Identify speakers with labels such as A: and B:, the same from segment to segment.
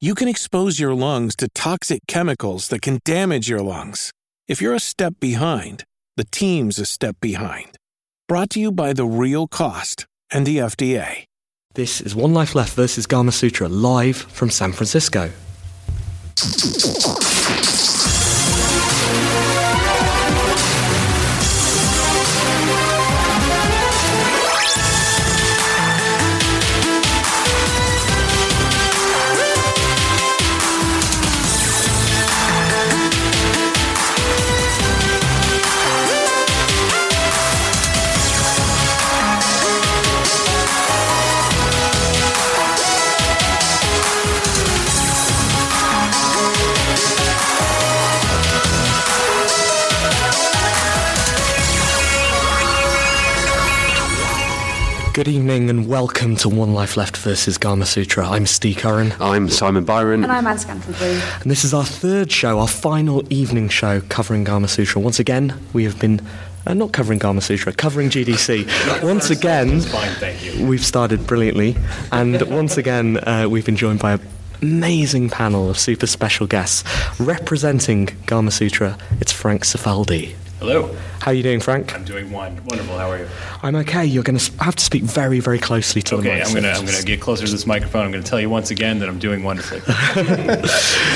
A: you can expose your lungs to toxic chemicals that can damage your lungs. If you're a step behind, the team's a step behind. Brought to you by The Real Cost and the FDA.
B: This is One Life Left versus Gama Sutra live from San Francisco. Good evening and welcome to One Life Left versus Gama Sutra. I'm Steve Curran.
C: I'm Simon Byron.
D: And I'm Anne Scantlebury.
B: And this is our third show, our final evening show covering Gama Sutra. Once again, we have been uh, not covering Gama Sutra, covering GDC. once again, we've started brilliantly, and once again, uh, we've been joined by an amazing panel of super special guests representing Gama Sutra. It's Frank Sifaldi.
E: Hello.
B: How are you doing, Frank?
E: I'm doing one. Wonderful. How are you?
B: I'm okay. You're going to have to speak very, very closely to the
E: Okay,
B: mic.
E: I'm
B: so
E: gonna
B: just-
E: I'm gonna get closer to this microphone. I'm gonna tell you once again that I'm doing wonderfully.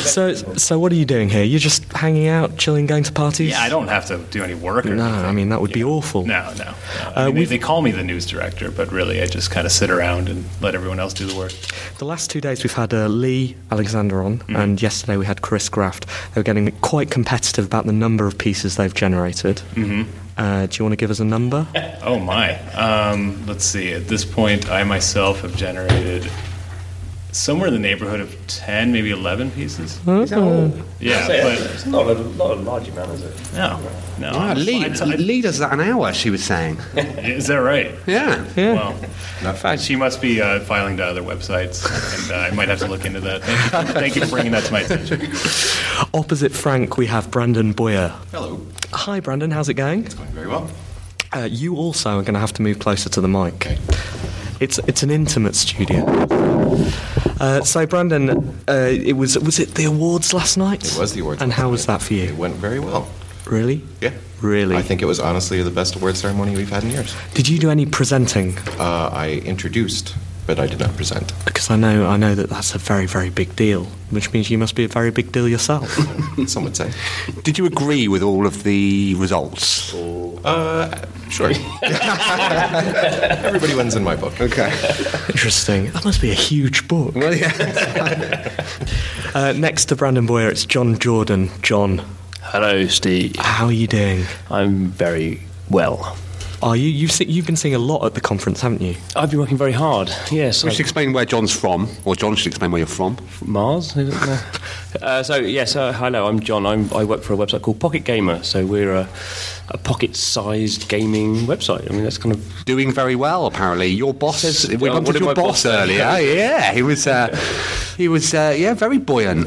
B: So, so what are you doing here? You're just hanging out, chilling, going to parties?
E: yeah, I don't have to do any work. Or
B: No,
E: anything.
B: I mean that would be awful.
E: No, no. no. I mean, they,
B: we've-
E: they call me the news director, but really I just kind of sit around and let everyone else do the work.
B: The last two days we've had uh, Lee Alexander on,
E: Mm-hmm.
B: and yesterday we had Chris Graft. They were getting quite competitive about the number of pieces they've generated. Mm-hmm. Uh, do you want to give us a number?
E: Oh my. Um, let's see. At this point, I myself have generated somewhere in the neighborhood of ten, maybe eleven pieces. Yeah, but
F: It's not a, not a large amount, is it?
E: no, no.
C: Ah, Lee,
E: I'd- I'd-
C: Lee does that an hour, she was saying.
E: Is that right?
C: Yeah.
E: Well,
C: Not fact.
E: she must be uh, filing to other websites, and uh, I might have to look into that. Thank you, thank you for bringing that to my attention.
B: Opposite Frank, we have Brandon Boyer.
G: Hello.
B: Hi, Brandon. How's it going?
G: Going very well.
B: Uh, you also are going to have to move closer to the mic. It's it's an intimate studio. Uh, so, Brandon, uh, it was was it the awards last night?
G: It was the awards.
B: And
G: last
B: how
G: night.
B: was that for
G: It
B: you?
G: went very well.
B: Really?
G: Yeah.
B: Really?
G: I think it was honestly the best award ceremony we've had in years.
B: Did you do any presenting?
G: Uh, I introduced, but I did not present.
B: Because I know I know that that's a very very big deal, which means you must be a very big deal yourself.
G: Some would say.
C: Did you agree with all of the results?
G: Uh, sure. Everybody wins in my book.
C: Okay.
B: Interesting. That must be a huge book.
C: Well, yeah.
B: Uh, next to Brandon Boyer, it's John Jordan. John,
F: Hello, Steve.
B: how are you doing?
F: I'm very well.
B: Are you you've se- you've been seeing a lot at the conference, haven't you?
F: I've been working very hard. Yes.
C: We should explain where John's from, or John should explain where you're from.
F: Mars. Is it? No. uh, so yes, uh, hello. I'm John. I'm, I work for a website called Pocket Gamer. So we're a, a pocket-sized gaming website. I mean, that's kind of
C: Doing very well, apparently. Your boss.
F: Says-
C: we
F: uh, what
C: bumped into
F: did
C: your
F: my
C: boss,
F: boss say?
C: earlier. yeah, he was. Uh, he was. Uh, yeah, very buoyant.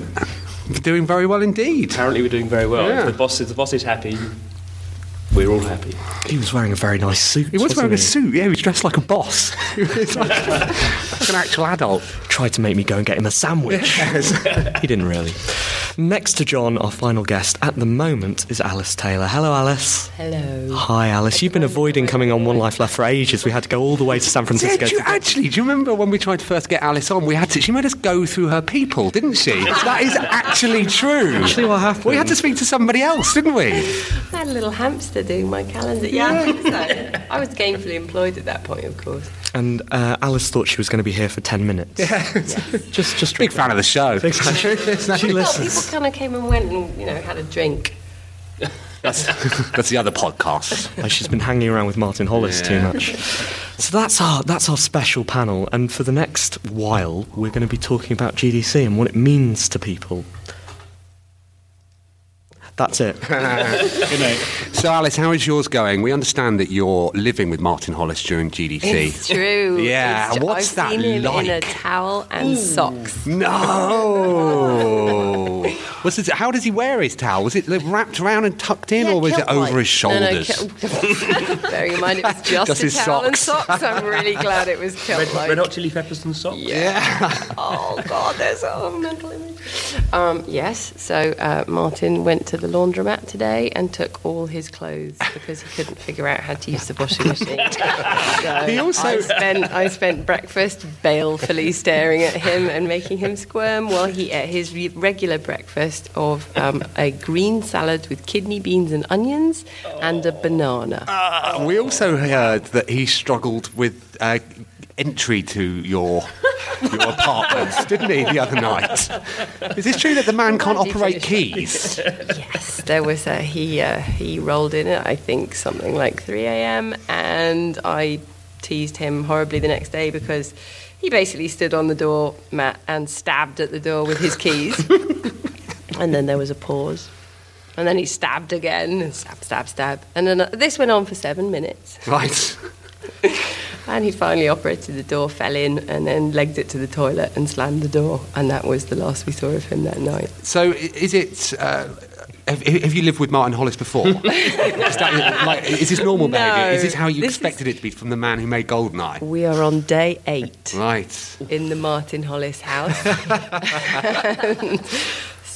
C: Doing very well indeed.
F: apparently we're doing very well.
C: Yeah.
F: If the boss is the boss is happy. We're all happy.
B: He was wearing a very nice suit.
C: He was
B: wasn't
C: wearing a suit. Yeah, he was dressed like a boss. He was like, like an actual adult.
B: Tried to make me go and get him a sandwich. he didn't really. Next to John, our final guest at the moment is Alice Taylor. Hello, Alice.
D: Hello.
B: Hi, Alice. You've been avoiding coming on One Life Left for ages. We had to go all the way to San Francisco.
C: Did you
B: to-
C: actually? Do you remember when we tried to first get Alice on? We had to. She made us go through her people, didn't she? that is actually true.
B: Actually, what happened?
C: We had to speak to somebody else, didn't we?
D: I had a little hamster doing my calendar. Yeah, I think so. I was gainfully employed at that point, of course.
B: And uh, Alice thought she was going to be here for 10 minutes. just, just
C: Big fan of the show.
B: Big fan. she
D: Well,
B: listens.
D: people kind of came and went and, you know, had a drink.
C: That's, that's the other podcast.
B: Like she's been hanging around with Martin Hollis too
C: Yeah.
B: much. So that's our that's our special panel, and for the next while, we're going to be talking about GDC and what it means to people. That's it.
E: Good night.
C: So, Alice, how is yours going? We understand that you're living with Martin Hollis during
D: It's
C: GDC.
D: true.
C: Yeah,
D: It's ju-
C: what's
D: I've
C: that
D: seen him in a
C: like?
D: towel and socks.
C: No. Was it, how does he wear his towel? Was it like, wrapped around and tucked in, or was it over his shoulders?
D: Bearing in mind it was just,
C: Just
D: a
C: his
D: towel and
C: socks.
D: socks. I'm really glad it was
G: Red,
D: kilt
G: red
D: like.
G: hot chili peppers and socks.
D: Oh God, there's a mental image. Um, yes, so uh, Martin went to the laundromat today and took all his clothes because he couldn't figure out how to use the washing machine. so
C: He also-
D: I spent I spent breakfast balefully staring at him and making him squirm while he ate his re- regular breakfast of um, a green salad with kidney beans and onions and a banana.
C: Uh, we also heard that he struggled with uh, entry to your your apartment, didn't he, the other night? Is this true that the man can't
D: Why did you
C: operate
D: finish
C: keys?
D: Yes, there was a he. Uh, he rolled in at I think something like 3 a.m. and I teased him horribly the next day because he basically stood on the door mat and stabbed at the door with his keys. and then there was a pause, and then he stabbed again and stab, stab, stab. And then uh, this went on for seven minutes,
C: Right.
D: and he finally operated the door, fell in, and then legged it to the toilet and slammed the door. And that was the last we saw of him that night.
C: So i- is it? Uh, have, have you lived with Martin Hollis before? is, that, like, is this normal
D: No,
C: behaviour? Is this how you
D: this
C: expected it to be from the man who made Goldeneye?
D: We are on day eight.
C: Right.
D: in the Martin Hollis house. And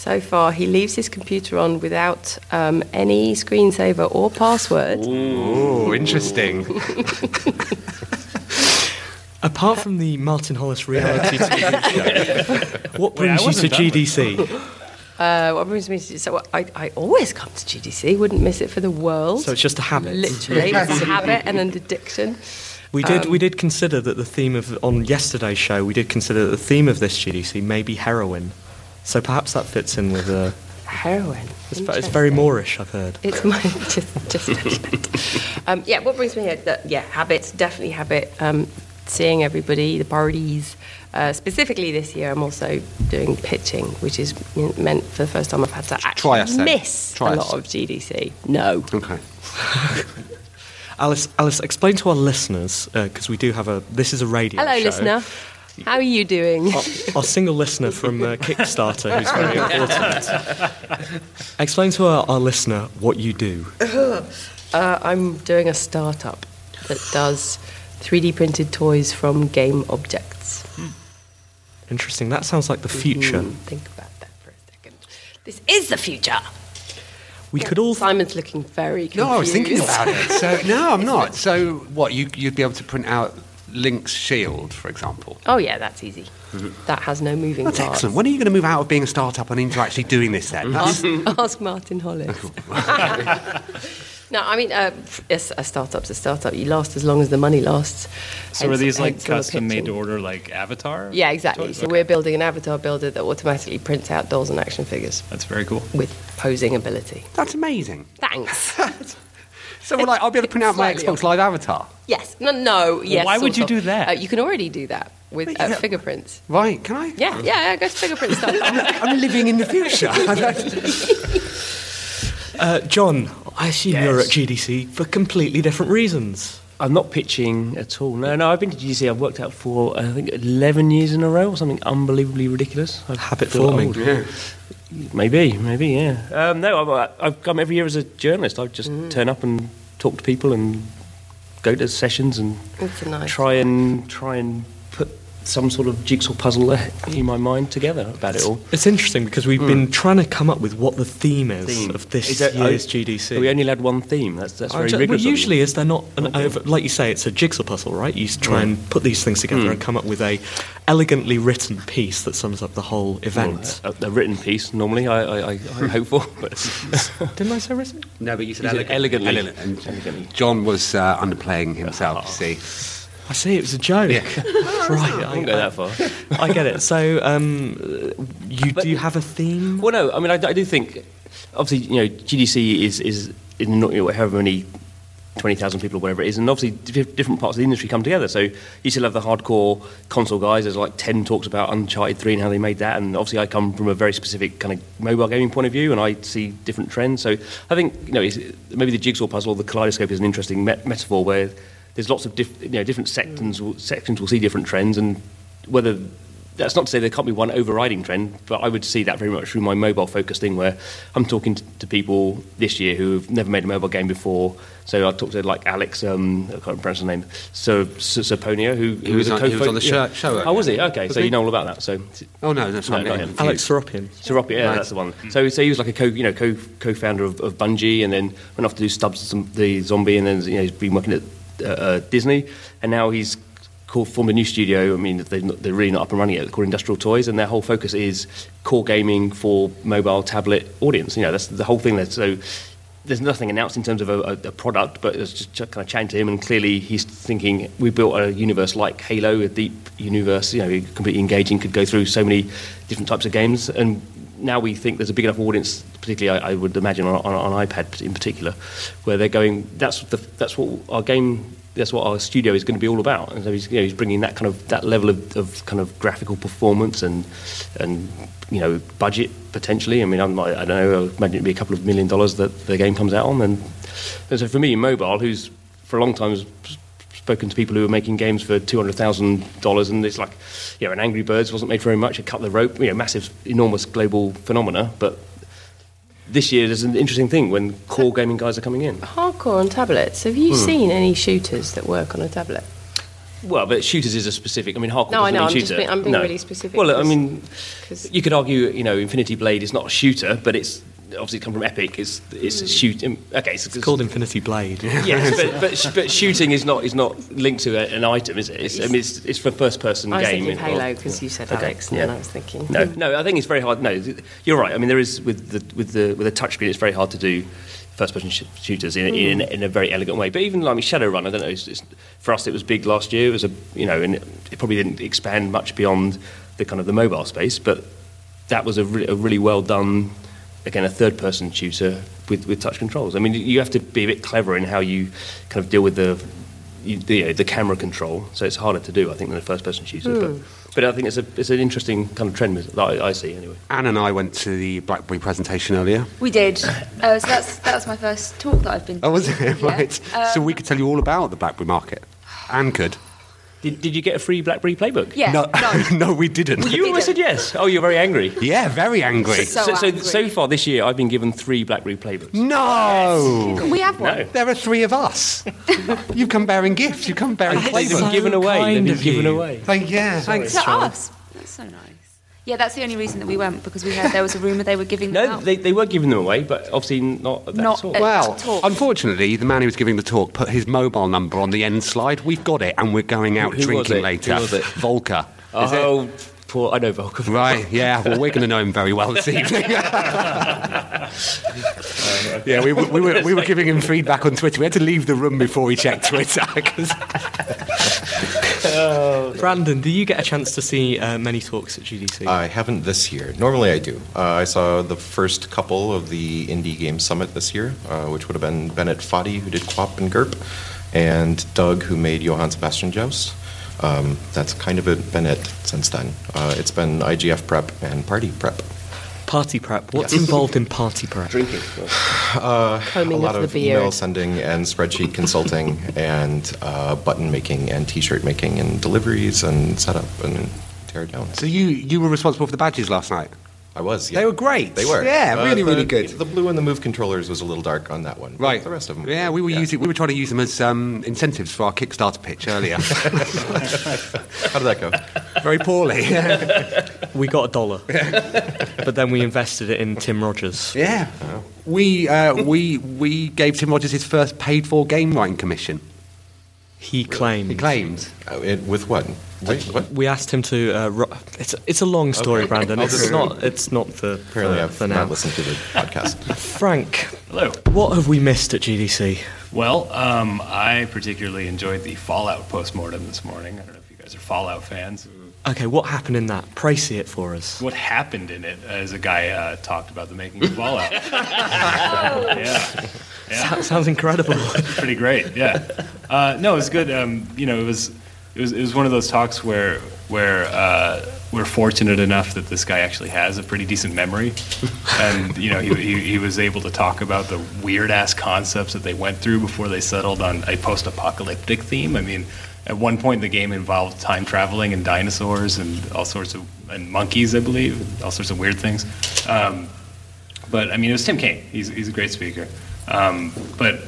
D: so far, he leaves his computer on without um, any screensaver or password.
C: Oh, interesting.
B: Apart from the Martin Hollis reality TV show, what brings you to GDC?
D: Uh, what brings me to so I, I always come to GDC. Wouldn't miss it for the world.
B: So it's just a habit.
D: Literally, it's a habit and an addiction.
B: We did we did consider that the theme of on yesterday's show we did consider that the theme of this GDC may be heroin, so perhaps that fits in with uh,
D: Heroin.
B: it's, ve- it's very Moorish. I've heard.
D: It's my just just. um, yeah, what brings me here? That, yeah, habits definitely habit. Um, seeing everybody, the parties. Uh, specifically this year, I'm also doing pitching, which is m- meant for the first time I've had to
C: Try
D: actually
C: us then.
D: miss
C: Try
D: a
C: us.
D: lot of GDC. No.
C: Okay.
B: Alice, Alice, explain to our listeners because we do have a. This is a radio.
D: Hello,
B: show.
D: listener. How are you doing?
C: Oh.
B: Our, our single listener from uh, Kickstarter, who's very important. Explain to our, our listener what you do.
D: Uh, I'm doing a startup that does 3D printed toys from game objects.
B: Interesting. That sounds like the future.
D: Hmm, think about that for a second. This is the future.
B: We could all.
D: Simon's looking very confused.
C: No, I was thinking about it. So no, I'm not. So what? You, you'd be able to print out Link's shield, for example.
D: Oh yeah, that's easy. That has no moving
C: That's
D: parts.
C: excellent. When are you going to move out of being a startup and into actually doing this then? That's-
D: Ask, ask Martin
C: Oh,
D: Hollis. Mm-hmm. no, I mean, uh, yes, a startup's a startup. You last as long as the money lasts.
E: So
D: Hence-
E: are these like
D: hence all the
E: custom made to
D: pitching.
E: order like avatar?
D: Yeah, exactly.
E: toys?
D: So
E: Okay.
D: we're building an avatar builder that automatically prints out dolls and action figures
E: That's very cool.
D: with posing ability.
C: That's amazing.
D: Thanks.
C: So like, I'll be able to print out my
D: Slightly
C: Xbox Live avatar.
D: yes. No. No. Yes.
E: why would
D: sort
E: you
D: of.
E: do that?
D: Uh, you can already do that with uh, fingerprints.
C: Right? Can I?
D: Yeah. Yeah. yeah go to fingerprint stuff.
C: I'm living in the future.
B: Uh, John, I assume you're at
G: Yes.
B: GDC for completely different reasons.
G: I'm not pitching at all. No, no, I've been to GC. I've worked out for I think 11 years in a row or something unbelievably ridiculous. I
B: Habit
G: feel
B: forming.
G: old. Maybe, maybe, yeah. Um, no, I've, I've come every year as a journalist. I just
B: Mm.
G: turn up and talk to people and go to sessions and
D: It's a nice
G: try and try and put some sort of jigsaw puzzle in my mind together about it all. Hmm.
B: It's interesting because we've been trying to come up with what the theme is of this
G: Is there-
B: year's
G: oh,
B: GDC.
G: We only allowed one theme. That's, that's
B: I
G: very
B: ju-
G: rigorous.
B: well,
G: of you.
B: usually, is there not an over, like you say, it's a jigsaw puzzle, right? You s- try and put these things together
G: Hmm.
B: and come up with a elegantly written piece that sums up the whole event.
G: A, a written piece normally I, I, I, I hope for, but
B: Didn't I say written?
H: No, but you said
G: You said
H: elegantly.
G: elegantly.
H: elegantly.
C: John was uh, underplaying himself, you see.
B: I see it was a joke. right,
G: I
B: I,
G: won't go that far.
B: I get it. So, um, you
G: But-
B: do you have a theme?
G: Well, no, I mean, I, I do think, obviously, you know, GDC is, is in not, you know, however many, 20,000 people or whatever it is, and obviously dif- different parts of the industry come together. So you still have the hardcore console guys, there's like 10 talks about Uncharted 3 and how they made that, and obviously I come from a very specific kind of mobile gaming point of view, and I see different trends. So I think, you know, it's, maybe the jigsaw puzzle, the kaleidoscope is an interesting met- metaphor where there's lots of diff- you know, different sections, will, sections will see different trends, and whether that's not to say there can't be one overriding trend, but I would see that very much through my mobile focus thing where I'm talking to, to people this year who have never made a mobile game before. So I talked to like Alex, um, I can't pronounce his name, so Serponia, who, who
C: He was on- he was
G: co-fo-
C: on the show- show
G: Oh, was he?
C: earlier.
G: Okay,
C: Was
G: so
C: he?
G: you know all about that. So
C: Oh, no, that's
G: No,
C: not
G: not
C: him.
G: him.
B: Alex Soropian.
G: Seropi, yeah, that's the one. So, so he was like a co, you know, co co-founder of, of Bungie, and then went off to do Stubbs some, the Zombie, and then you know he's been working at uh, uh, Disney, and now he's called, formed a new studio. I mean, they're, not, they're really not up and running yet. They're called Industrial Toys, and their whole focus is core gaming for mobile, tablet audience. You know, that's the whole thing. There. So. There's nothing announced in terms of a, a, a product, but it's just kind of chatting to him, and clearly he's thinking we built a universe like Halo, a deep universe, you know, completely engaging, could go through so many different types of games, and now we think there's a big enough audience, particularly I, I would imagine on, on, on iPad in particular, where they're going. That's the, that's what our game. That's what our studio is going to be all about. And so he's, you know, he's bringing that kind of that level of, of kind of graphical performance and and you know budget potentially. I mean, I'm not, I don't know. I imagine it'd be a couple of million dollars that the game comes out on. And, and so for me, mobile, who's for a long time has spoken to people who were making games for two hundred thousand dollars, and it's like, you know, an Angry Birds wasn't made for very much. It cut the rope, you know, massive, enormous global phenomena. But this year, there's an interesting thing when core gaming guys are coming in.
D: Hardcore on tablets. Have you seen any shooters that work on a tablet?
G: Well, but shooters is a specific. I mean, hardcore.
D: No, I
G: doesn't
D: know,
G: mean
D: I'm just
G: shooter.
D: being- I'm being really specific
G: Well, I
D: 'cause-
G: mean,
D: 'cause-
G: you could argue, you know, Infinity Blade is not a shooter, but it's obviously come from Epic. It's it's
D: Mm.
G: a shoot. Okay, so
B: It's called Infinity Blade.
G: Yes, but, but, sh- but shooting is not is not linked to a, an item, is it? It's, I mean, it's, it's for first person
D: I was
G: game.
D: thinking
G: involved.
D: Halo because you said
G: Okay,
D: Alex, and
G: yeah.
D: then I was thinking.
G: No, no. I think it's very hard. No, th- you're right. I mean, there is with the with the with a touchscreen, it's very hard to do first-person sh- shooters in, in
D: Mm.
G: in a very elegant way. But even like I mean, Shadowrun, I don't know. It's, it's, for us, it was big last year. It was a you know, and it probably didn't expand much beyond the kind of the mobile space. But that was a, re- a really well done, again, a third-person shooter with with touch controls. I mean, you have to be a bit clever in how you kind of deal with the. You, the, you know, the camera control, so it's harder to do, I think, than a first-person shooter.
I: Hmm.
G: But, but I think it's a it's an interesting kind of trend that I, I see anyway.
C: Anne and I went to the BlackBerry presentation earlier.
I: We did. Uh, so that's that was my first talk that I've been.
C: Oh, was
I: to.
C: it?
I: Yeah.
C: right. so
I: Um,
C: we could tell you all about the BlackBerry market. Anne could.
G: Did, did you get a free BlackBerry playbook?
I: Yeah.
C: No,
I: No.
C: no, we didn't.
G: You always said yes. Oh, you're very angry.
C: Yeah, very angry.
I: So
G: so, so,
I: angry. Hmm.
G: so far this year, I've been given three BlackBerry playbooks.
C: No.
I: Can we have one?
G: No.
C: There are three of us. you come bearing gifts. You come bearing
G: They've been
B: so
C: flavour.
G: given away. They've
B: kind
G: been
B: of
G: given
B: you.
G: away.
C: Thank yeah. Thanks.
I: To us. That's so nice. Yeah, that's the only reason that we went because we heard there was a rumor they were giving. them
G: No,
I: out.
G: they, they were giving them away, but obviously not at that
I: Not
G: sort.
I: at-
C: Well,
I: Talk.
C: unfortunately, the man who was giving the talk put his mobile number on the end slide. We've got it, and we're going out
G: Who- who was
C: drinking
G: it?
C: later.
G: Who was it?
C: Volker. Is it?
G: oh, poor. I know Volkov.
C: Right, yeah, well, we're going to know him very well this evening. yeah, we, we, were, we were giving him feedback on Twitter. We had to leave the room before he checked Twitter. 'cause-
B: Brandon, do you get a chance to see uh, many talks at GDC?
J: I haven't this year. Normally I do. Uh, I saw the first couple of the Indie Game Summit this year, uh, which would have been Bennett Foddy, who did Quap and Gerp, and Doug, who made Johann Sebastian Joust. Um, that's kind of been it since then. Uh, it's been IGF prep and party prep.
B: Party prep. What's
J: Yes.
B: involved in party prep?
G: Drinking.
D: Combing
J: a lot
D: of
J: of,
D: the beard.
J: email sending and spreadsheet consulting and uh, button making and t-shirt making and deliveries and setup and tear down.
C: so you, you were responsible for the badges last night?
J: I was.
C: They
J: yeah.
C: were great.
J: They were. Uh,
C: Yeah, really,
J: the-
C: really good.
J: The blue and the move controllers was a little dark on that one. but
C: Right.
J: The rest of them.
C: Yeah, we were, Using, we were trying to use them as um, incentives for our Kickstarter pitch earlier.
J: How did that go?
C: Very poorly.
B: we got a dollar, but then we invested it in Tim Rogers.
C: Yeah. We, uh, we, we gave Tim Rogers his first paid for game wine commission.
B: He claimed.
C: He claims.
J: Uh, it, with what? Wait, what?
B: We asked him to. Uh, ro- it's it's a long story,
J: Okay.
B: Brandon.
J: I'll
B: It's
J: just-
B: not. It's not for
J: Apparently,
B: for,
J: I've
B: for
J: not
B: now.
J: listened to the podcast.
B: Frank,
E: Hello.
B: what have we missed at GDC?
E: Well, um, I particularly enjoyed the Fallout postmortem this morning. I don't know if you guys are Fallout fans.
B: Okay, what happened in that? Pracy it for us.
E: What happened in it as a guy uh, talked about the making of Fallout. yeah. Yeah.
B: That sounds incredible.
E: pretty great. Yeah. Uh, no, it was good. Um, you know, it was it was it was one of those talks where where uh, we're fortunate enough that this guy actually has a pretty decent memory, and you know, he, he, he was able to talk about the weird ass concepts that they went through before they settled on a post apocalyptic theme. I mean. At one point, the game involved time traveling and dinosaurs and all sorts of and monkeys, I believe, and all sorts of weird things. Um, but I mean, it was Tim Kaine. He's, he's a great speaker. Um, but uh,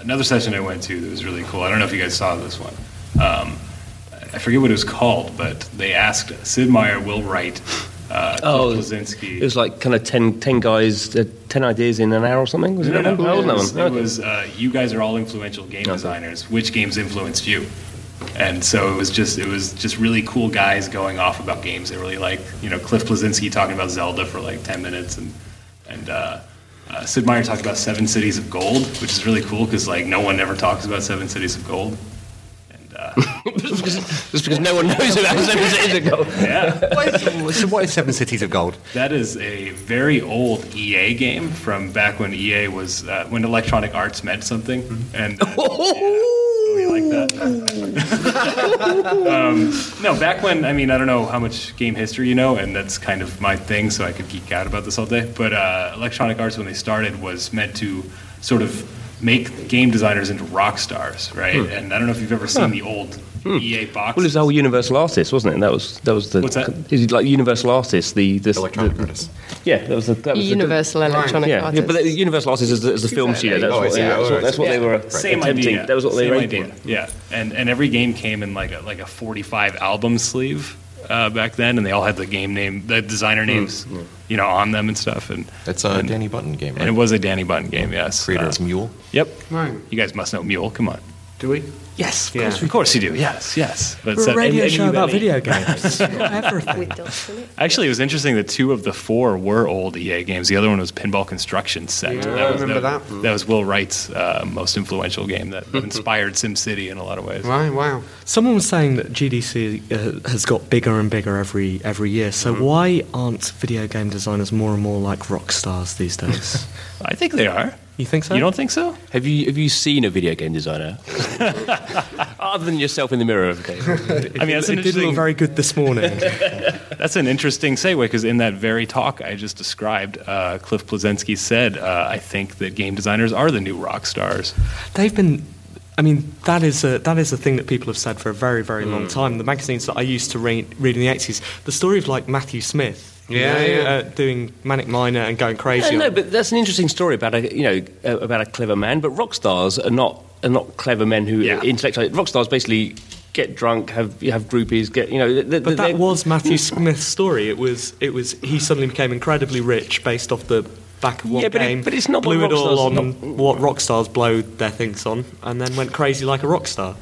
E: another session I went to that was really cool. I don't know if you guys saw this one. Um, I forget what it was called, but they asked Sid Meier, Will Wright, uh, Cliff
G: Oh,
E: Blazinski.
G: It was like kind of 10, 10 guys, uh, 10 ideas in an hour or something. Was
E: no,
G: it
E: no,
G: that one?
E: no,
G: That
E: it was,
G: one?
E: it was uh, you guys are all influential game designers. Which games influenced you? And so it was just it was just really cool guys going off about games. They really like you know Cliff Blazinski talking about Zelda for like ten minutes, and and uh, uh, Sid Meier talked about Seven Cities of Gold, which is really cool because like no one ever talks about Seven Cities of Gold. And uh,
G: just, because, just because no one knows about it. It is a goal.
E: yeah,
C: so, what is Seven Cities of Gold?
E: that is a very old EA game from back when EA was uh, when Electronic Arts meant something. And You like that? um, no, back when I mean I don't know how much game history you know, and that's kind of my thing, so I could geek out about this all day. But uh, Electronic Arts, when they started, was meant to sort of make game designers into rock stars, right? And I don't know if you've ever seen the old E EA box.
G: Well, it was the whole Universal Artist, wasn't it? And that was that was the
E: What's that?
G: It was like Universal Artist, the, the
J: Electronic
G: the-
J: artists.
G: Yeah, that was the that was the-
D: Universal Electronic
G: yeah, yeah,
D: Artists.
G: but the Universal Artists is the, is the film studio. That's
J: Oh, I
G: what
J: see.
G: they, that's what, that's what they
E: Yeah.
G: were
E: Same
G: attempting.
E: idea.
G: That was what they
E: Same
G: were aiming
E: idea. Yeah, and and every game came in like a like a forty five album sleeve uh, back then, and they all had the game name, the designer
C: Hmm.
E: names, you know, on them and stuff. And
J: That's a
E: and,
J: Danny Button game, right?
E: and it was a Danny Button game. Yes,
J: Creator
E: Uh,
J: of Mule.
E: Yep.
C: Right.
E: You guys must know Mule. Come on.
C: Do we?
E: Yes, of,
C: Yeah.
E: course, of course you do. Yes, yes. But
B: We're
E: so-
B: a radio
E: and- and
B: show
E: you-
B: about
E: and-
B: video games. Everything.
E: Actually, it was interesting that two of the four were old EA games. The other one was Pinball Construction Set.
C: Yeah,
E: that
C: I
E: was,
C: remember
E: that,
C: that.
E: was Will Wright's uh, most influential game that inspired SimCity in a lot of ways.
C: Right, wow.
B: Someone was saying that GDC uh, has got bigger and bigger every every year. So
J: Mm-hmm.
B: why aren't video game designers more and more like rock stars these days?
E: I think they are.
B: you think so?
E: You don't think so?
G: Have you have you seen a video game designer other than yourself in the mirror? Okay.
E: I mean, that's
B: it did look
E: an, interesting,
B: very good this morning.
E: that's an interesting segue because in that very talk I just described, uh, Cliff Plazinski said, uh, I think that game designers are the new rock stars.
B: They've been. I mean, that is a that is a thing that people have said for a very very long
G: Mm.
B: time. The magazines that I used to read, read in the eighties, the story of like Matthew Smith, you
C: Yeah,
B: know,
C: yeah.
B: Uh, doing Manic Miner and going crazy.
G: no,
B: on-
G: but that's an interesting story about a you know uh, about a clever man. But rock stars are not are not clever men who
E: Yeah.
G: intellectualize. Rock stars basically get drunk, have have groupies, get you know. th- th-
B: But
G: they're-
B: that was Matthew Smith's story. It was it was he suddenly became incredibly rich based off the back of one
G: Yeah, but it-
B: game.
G: but it's not what
B: blew
G: rock
B: it all on
G: stars-
B: what rock stars blow their things on, and then went crazy like a rock star.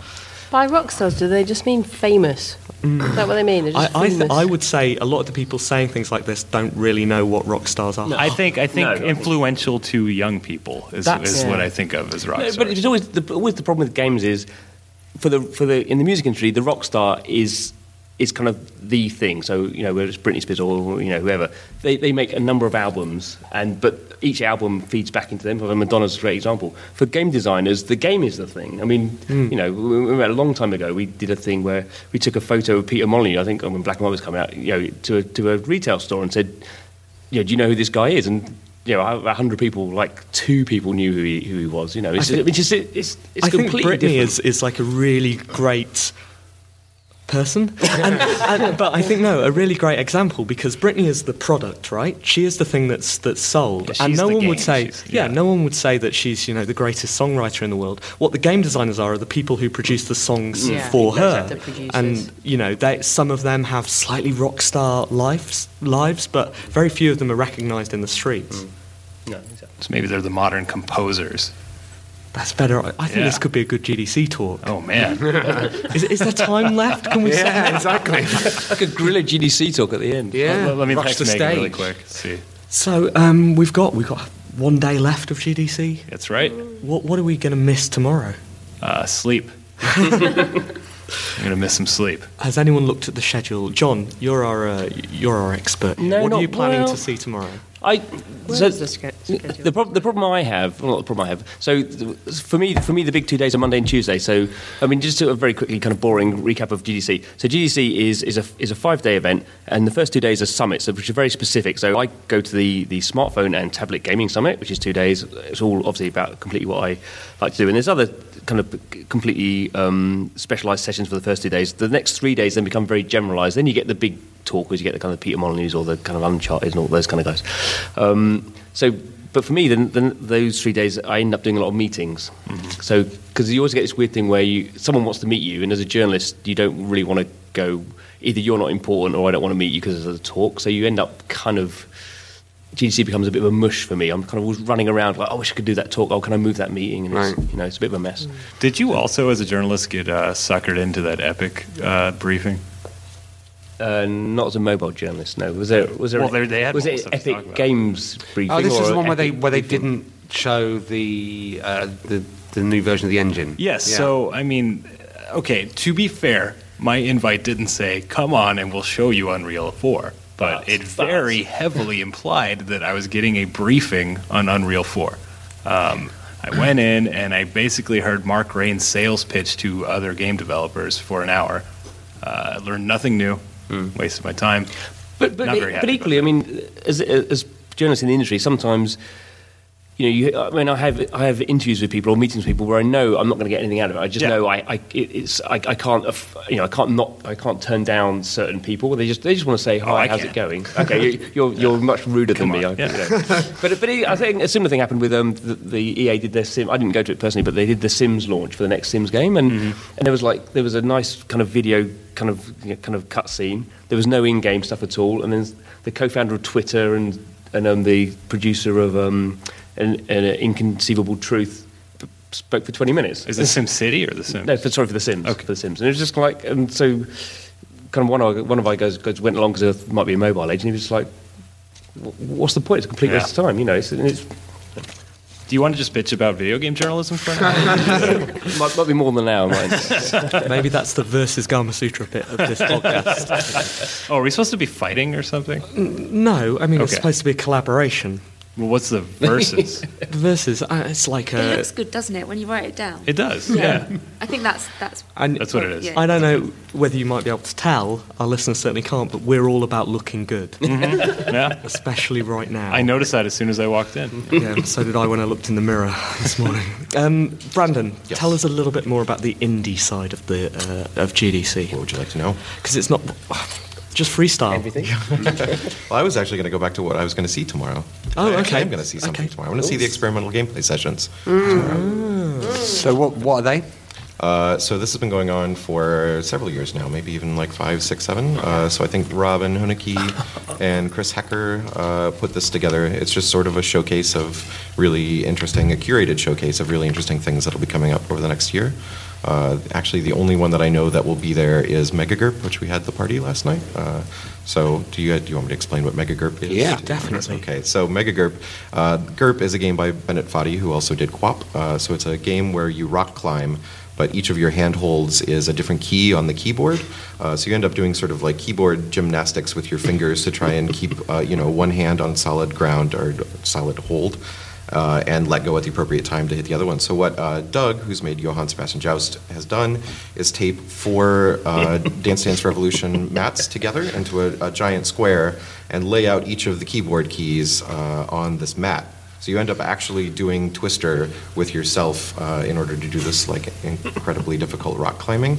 D: By rock stars, do they just mean famous? Is that what they mean? They're
B: I
D: just
B: I, th-
D: famous?
B: I would say a lot of the people saying things like this don't really know what rock stars are.
E: I think, I think
G: No, no.
E: influential to young people is,
B: That's-
E: is what
B: Yeah.
E: I think of as rock
G: No,
E: stars.
G: but it's always the, always the problem with games is for the for the in the music industry, the rock star is is kind of the thing. So you know, whether it's Britney Spears or you know whoever, they they make a number of albums, and but each album feeds back into them. Madonna's a great example. For game designers, the game is the thing. I mean, you know, we- we- a long time ago, we did a thing where we took a photo of Peter Molyneux, I think when Black and White was coming out, you know, to a, to a retail store and said, you know, do you know who this guy is? And you know, a hundred people, like two people knew who he, who he was. You know, it's,
B: I think-
G: it's just it, it's it's
B: I think
G: completely
B: Britney
G: different.
B: is, is like a really great person. And, and, but I think no, a really great example because Britney is the product, right? She is the thing that's that's sold,
E: Yeah,
B: and
E: she's
B: no
E: the
B: one would
E: game.
B: say,
E: She's-
B: yeah.
E: yeah.
B: no one would say that she's you know the greatest songwriter in the world. What the game designers are are the people who produce the songs
D: Yeah,
B: for
D: those are
B: her,
D: the producers.
B: and you know they, some of them have slightly rock star lives, lives, but very few of them are recognised in the streets.
E: Mm.
G: No, exactly.
E: So maybe they're the modern composers.
B: That's better. I think
E: Yeah.
B: this could be a good GDC talk.
E: Oh man,
B: Is, is there time left? Can we say
C: Yeah, exactly.
G: Like a guerrilla GDC talk at the end.
C: Yeah.
E: let, let me
C: Rush
E: text
C: the
E: Megan really
C: stage.
E: quick. See,
B: So um, we've got we've got one day left of GDC.
E: that's right.
B: What what are we going to miss tomorrow?
E: Uh, sleep. I'm gonna miss some sleep.
B: Has anyone looked at the schedule? John, you're our uh, you're our expert.
G: No,
B: what are
G: not-
B: you planning
G: well-
B: to see tomorrow?
G: I so
D: is the sch- schedule?
G: the, prob- the problem I have, well, not the problem I have. So th- for me, for me, the big two days are Monday and Tuesday. So I mean, just to a very quickly kind of boring recap of GDC. So GDC is is a is a five day event, and the first two days are summits, which are very specific. So I go to the the smartphone and tablet gaming summit, which is two days. It's all obviously about completely what I like to do, and there's other kind of completely um, specialized sessions for the first two days. The next three days then become very generalized. Then you get the big talkers, you get the kind of Peter Molyneux or the kind of Uncharted and all those kind of guys. Um, so, but for me, then, then those three days, I end up doing a lot of meetings.
E: Mm-hmm.
G: So, because you always get this weird thing where you, someone wants to meet you, and as a journalist, you don't really want to go. Either you're not important, or I don't want to meet you because there's a talk. So you end up kind of GDC becomes a bit of a mush for me. I'm kind of always running around like, oh, I wish I could do that talk. Oh, can I move that meeting? And
C: Right.
G: it's, you know, it's a bit of a mess.
E: Did you also, as a journalist, get uh, suckered into that epic uh, briefing?
G: Uh, not as a mobile journalist, no. Was there? Was there?
E: Well, they- they had
G: was
E: more
G: it
E: stuff to talk
G: Epic
E: about.
G: Games briefing?
C: Oh, this
G: or
C: is the one where they
G: Epic
C: where they
G: briefing?
C: didn't show the uh, the the new version of the engine.
E: Yes.
C: Yeah.
E: So I mean, okay. To be fair, my invite didn't say, "Come on, and we'll show you Unreal 4." But,
G: But-
E: it
G: but.
E: very heavily implied that I was getting a briefing on Unreal 4. Um, I went in and I basically heard Mark Rain's sales pitch to other game developers for an hour. Uh, I learned nothing new. Wasted my time.
G: But but,
E: Not very
G: but
E: happy
G: equally, I mean, as as journalists in the industry, sometimes. You know, you, I mean, I have I have interviews with people or meetings with people where I know I'm not going to get anything out of it. I just
E: Yeah.
G: know I, I it, it's I, I can't aff- you know I can't not I can't turn down certain people. They just they just want to say hi,
E: Oh, I
G: how's
E: can.
G: it going? Okay, you, you're you're much ruder than me.
E: on,
G: I- you know. but but it, I think a similar thing happened with um, the, the EA did their Sim. I didn't go to it personally, but they did the Sims launch for the next Sims game, and and there was like there was a nice kind of video kind of you know, kind of cut scene. There was no in-game stuff at all, and then the co-founder of Twitter and and um, the producer of um, an, an Inconceivable Truth p- spoke for twenty minutes.
E: Is this Sim City or the Sim?
G: No, for, sorry, for The Sims. For The Sims. And it was just like, and so kind of one of, one of our guys, guys went along because it might be a mobile agent. He was just like, "Wh- what's the point? It's a complete
E: Yeah.
G: waste of time, you know. It's, it's,
E: Do you want to just bitch about video game journalism for an hour?
G: it might, might be more than an hour, might
B: Maybe that's the versus Gama Sutra bit of this podcast.
E: oh, are we supposed to be fighting or something?
B: no, I mean it's
E: Okay.
B: supposed to be a collaboration.
E: Well, what's the verses?
B: The versus, uh, it's like a.
I: it looks good, doesn't it, when you write it down?
E: it does. Yeah.
I: I think that's that's.
B: and-
E: That's what it is.
I: Yeah.
B: I don't know whether you might be able to tell. Our listeners certainly can't, but we're all about looking good,
E: Mm-hmm. yeah.
B: especially right now.
E: I noticed that as soon as I walked in.
B: yeah, so did I when I looked in the mirror this morning. Um, Brandon,
J: Yes.
B: tell us a little bit more about the indie side of the uh, of
J: What
B: GDC
J: would you like to know?
B: because it's not just freestyle.
G: Everything.
J: Well, I was actually going to go back to what I was going to see tomorrow.
B: Oh,
J: I actually
B: okay.
J: am going to see something
B: Okay.
J: tomorrow. I'm going to see the experimental gameplay sessions.
C: so what what are they?
J: Uh, so this has been going on for several years now, maybe even like five, six, seven. Uh, so I think Robin Hunicki and Chris Hecker uh, put this together. It's just sort of a showcase of really interesting, a curated showcase of really interesting things that'll be coming up over the next year. Uh, actually, the only one that I know that will be there is MegaGurp, which we had the party last night. Uh, so do you, do you want me to explain what MegaGurp is?
B: Yeah,
J: Do you-
B: definitely.
J: Okay, so Mega Gerp. Uh, Gerp is a game by Bennett Foddy, who also did Quap. Uh, so it's a game where you rock climb, but each of your handholds is a different key on the keyboard. Uh, so you end up doing sort of like keyboard gymnastics with your fingers to try and keep, uh, you know, one hand on solid ground or solid hold. Uh, and let go at the appropriate time to hit the other one. So what uh, Doug, who's made Johann Sebastian Joust, has done is tape four uh, Dance Dance Revolution mats together into a, a giant square and lay out each of the keyboard keys uh, on this mat. So you end up actually doing Twister with yourself uh, in order to do this like incredibly difficult rock climbing.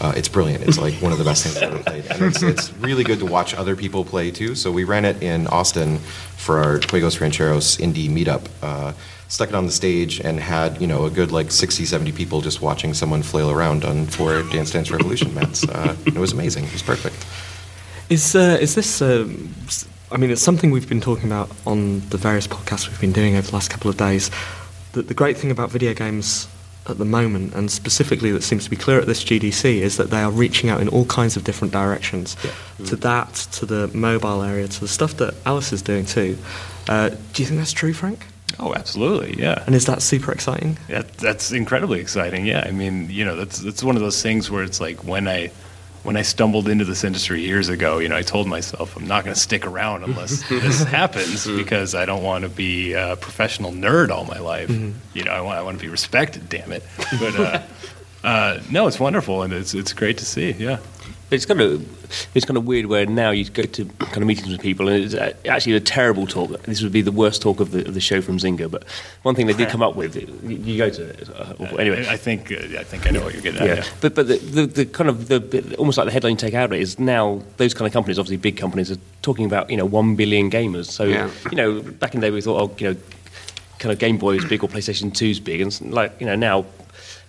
J: Uh, it's brilliant. It's like one of the best things I've ever played. And it's, it's really good to watch other people play too. So we ran it in Austin for our Juegos Rancheros indie meetup. Uh, stuck it on the stage and had, you know, a good like 60, 70 people just watching someone flail around on four Dance Dance Revolution mats. Uh, and it was amazing. It was perfect.
B: Is uh, is this? um, s- I mean, it's something we've been talking about on the various podcasts we've been doing over the last couple of days. That the great thing about video games at the moment, and specifically that seems to be clear at this GDC, is that they are reaching out in all kinds of different directions. To that, to the mobile area, to the stuff that Alice is doing too. Uh, do you think that's true, Frank?
E: Oh, absolutely, yeah.
B: And is that super exciting?
E: That, that's incredibly exciting. Yeah, I mean, you know, that's that's one of those things where it's like when I when I stumbled into this industry years ago, you know, I told myself I'm not going to stick around unless this happens because I don't want to be a professional nerd all my life. You know, I want I want to be respected. Damn it! But uh, uh, no, it's wonderful and it's it's great to see. Yeah.
G: It's kind of it's kind of weird where now you go to kind of meetings with people and it's a- actually a terrible talk. This would be the worst talk of the, of the show from Zynga, but one thing they did come up with, you you go to it. uh, awful. Anyway,
E: I, I think uh, I think I know what you're getting at.
G: yeah.
E: yeah.
G: But but the, the, the kind of the- the almost like the headline you take out of it is now those kind of companies, obviously big companies, are talking about you know one billion gamers. So
C: Yeah.
G: you know back in the day we thought oh you know kind of Game Boy is big or PlayStation 2 is big, and s- like you know now.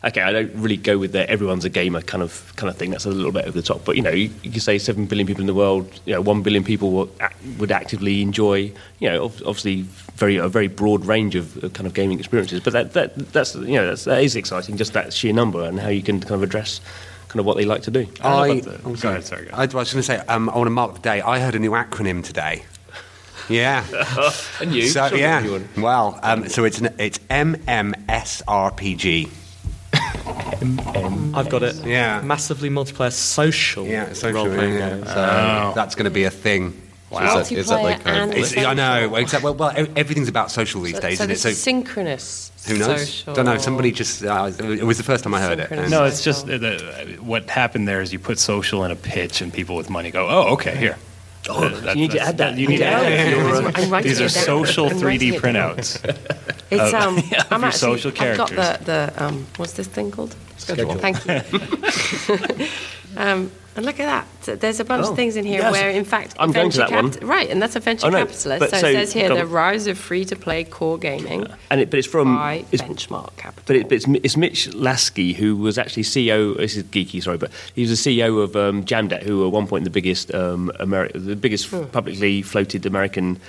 G: Okay, I don't really go with the everyone's a gamer kind of kind of thing. That's a little bit over the top, but you know, you, you could say seven billion people in the world. You know, one billion people will, act- would actively enjoy. You know, ob- obviously, very a very broad range of, of kind of gaming experiences. But that, that that's you know that's, that is exciting. Just that sheer number and how you can kind of address kind of what they like to do.
E: I
C: I,
E: don't know about the-
C: I'm
E: go
C: sorry.
E: ahead, sorry, go
C: I, was going to say, um, I want to mark the day. I heard a new acronym today. Yeah.
G: And you,
C: So,
G: Sure,
C: yeah.
G: you want-
C: Well, um, so it's, an, it's MMSRPG.
B: I've got it.
C: Yeah.
B: Massively multiplayer social,
C: Yeah, social.
B: role playing
C: yeah.
B: game.
C: So um, that's going to be a thing.
J: Wow. Is that, is that like
D: Oh. Multiplayer and-
J: a,
C: um, It's, I know. Well, Except, well, well, ev- everything's about social these
D: So,
C: days,
D: so
C: isn't it?
D: this
C: So
D: is synchronous.
C: who knows?
D: Social.
C: Don't know. Somebody just. Uh, it was the first time I heard it.
D: Synchronous.
C: and-
E: No, it's just uh, the, what happened there is you put social in a pitch, and people with money go, "Oh, okay, here." Uh, that-
G: you need to
E: that's-
G: add that.
E: You need to add that.
D: I'm
E: Your,
D: writing it down.
E: these are social
D: I'm
E: 3D
D: writing it down.
E: printouts.
D: It's
G: Uh,
E: of-
D: um.
E: of your
D: I'm actually,
E: social
D: I've
E: characters.
D: got the the um. What's this thing called? Schedule. Thank you. um, and look at that. So There's a bunch
G: Oh,
D: of things in here
G: yes.
D: where, in fact,
G: I'm going to
D: venture
G: that one.
D: capital- Right, and that's a venture
G: Oh, no,
D: capitalist.
G: but
D: So,
G: so-
D: it says here
G: go on.
D: the rise of free-to-play core gaming
G: And it, but it's from
D: by
G: it's,
D: benchmark capital.
G: But, it, but it's, Mi- it's Mitch Lasky, who was actually CEO. This is geeky, sorry, but he was the CEO of um, Jamdet, who were at one point the biggest um, Ameri- the biggest
D: Hmm.
G: publicly floated American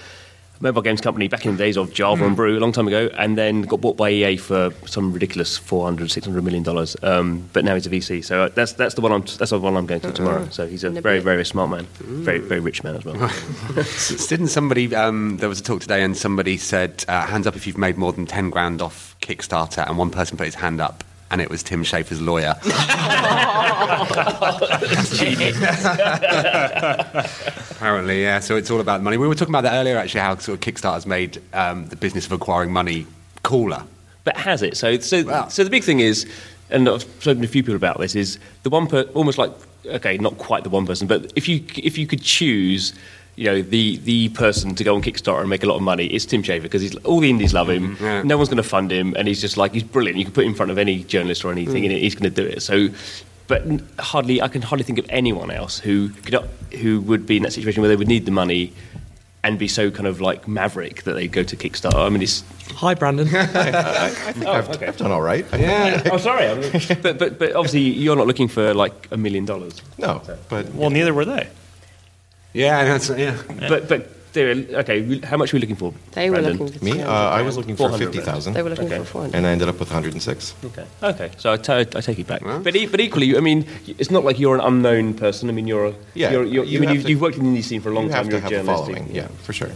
G: mobile games company back in the days of Java
D: Hmm.
G: and Brew a long time ago, and then got bought by EA for some ridiculous 400, 600 million dollars. Um, but now he's a VC, so uh, that's that's the one I'm that's the one I'm going to tomorrow. So he's a
D: Hmm. In a
G: very
D: bit. Hmm.
G: very smart man, very very rich man as well.
C: S- Didn't somebody? Um, there was a talk today, and somebody said, uh, "Hands up if you've made more than ten grand off Kickstarter." And one person put his hand up, and it was Tim Schafer's lawyer. Apparently, yeah. So it's all about money. We were talking about that earlier, actually, how sort of Kickstarter's made um, the business of acquiring money cooler.
G: but has it? So, so,
C: Wow.
G: so the big thing is, and I've spoken to a few people about this, is the one per, almost like okay, not quite the one person, but if you if you could choose, you know, the the person to go on Kickstarter and make a lot of money, it's Tim Schafer because all the indies love him.
C: Mm-hmm. yeah.
G: No one's going to fund him, and he's just like he's brilliant. You can put him in front of any journalist or anything,
C: Mm.
G: and he's going to do it. So. But n- hardly, I can hardly think of anyone else who could, who would be in that situation where they would need the money and be so kind of like maverick that they go to Kickstarter. I mean, it's
B: Hi, Brandon.
J: I think I've, I've done all right. I
G: oh, sorry. I'm- but, but, but obviously, you're not looking for like a million dollars.
J: No, but
E: Well, neither were they.
C: Yeah, that's, yeah.
G: But, but they're, okay, we- how much are we looking for?
D: They were
G: Brandon?
D: looking for
J: me, uh, I was looking for
G: 400
D: They
J: 50,000
D: were looking
G: Okay.
D: for 400.
J: and I ended up with 106.
G: Okay. Okay. So I, t- I take it back. But, e- but equally, I mean, it's not like you're an unknown person. I mean, you're a.
J: Yeah,
G: You're, you're,
J: you
G: I mean,
J: have
G: you've,
J: to-
G: you've worked in the indie scene for a long
J: you
G: time.
J: have
G: you're
J: to have a
G: journalist.
J: following, yeah, for sure.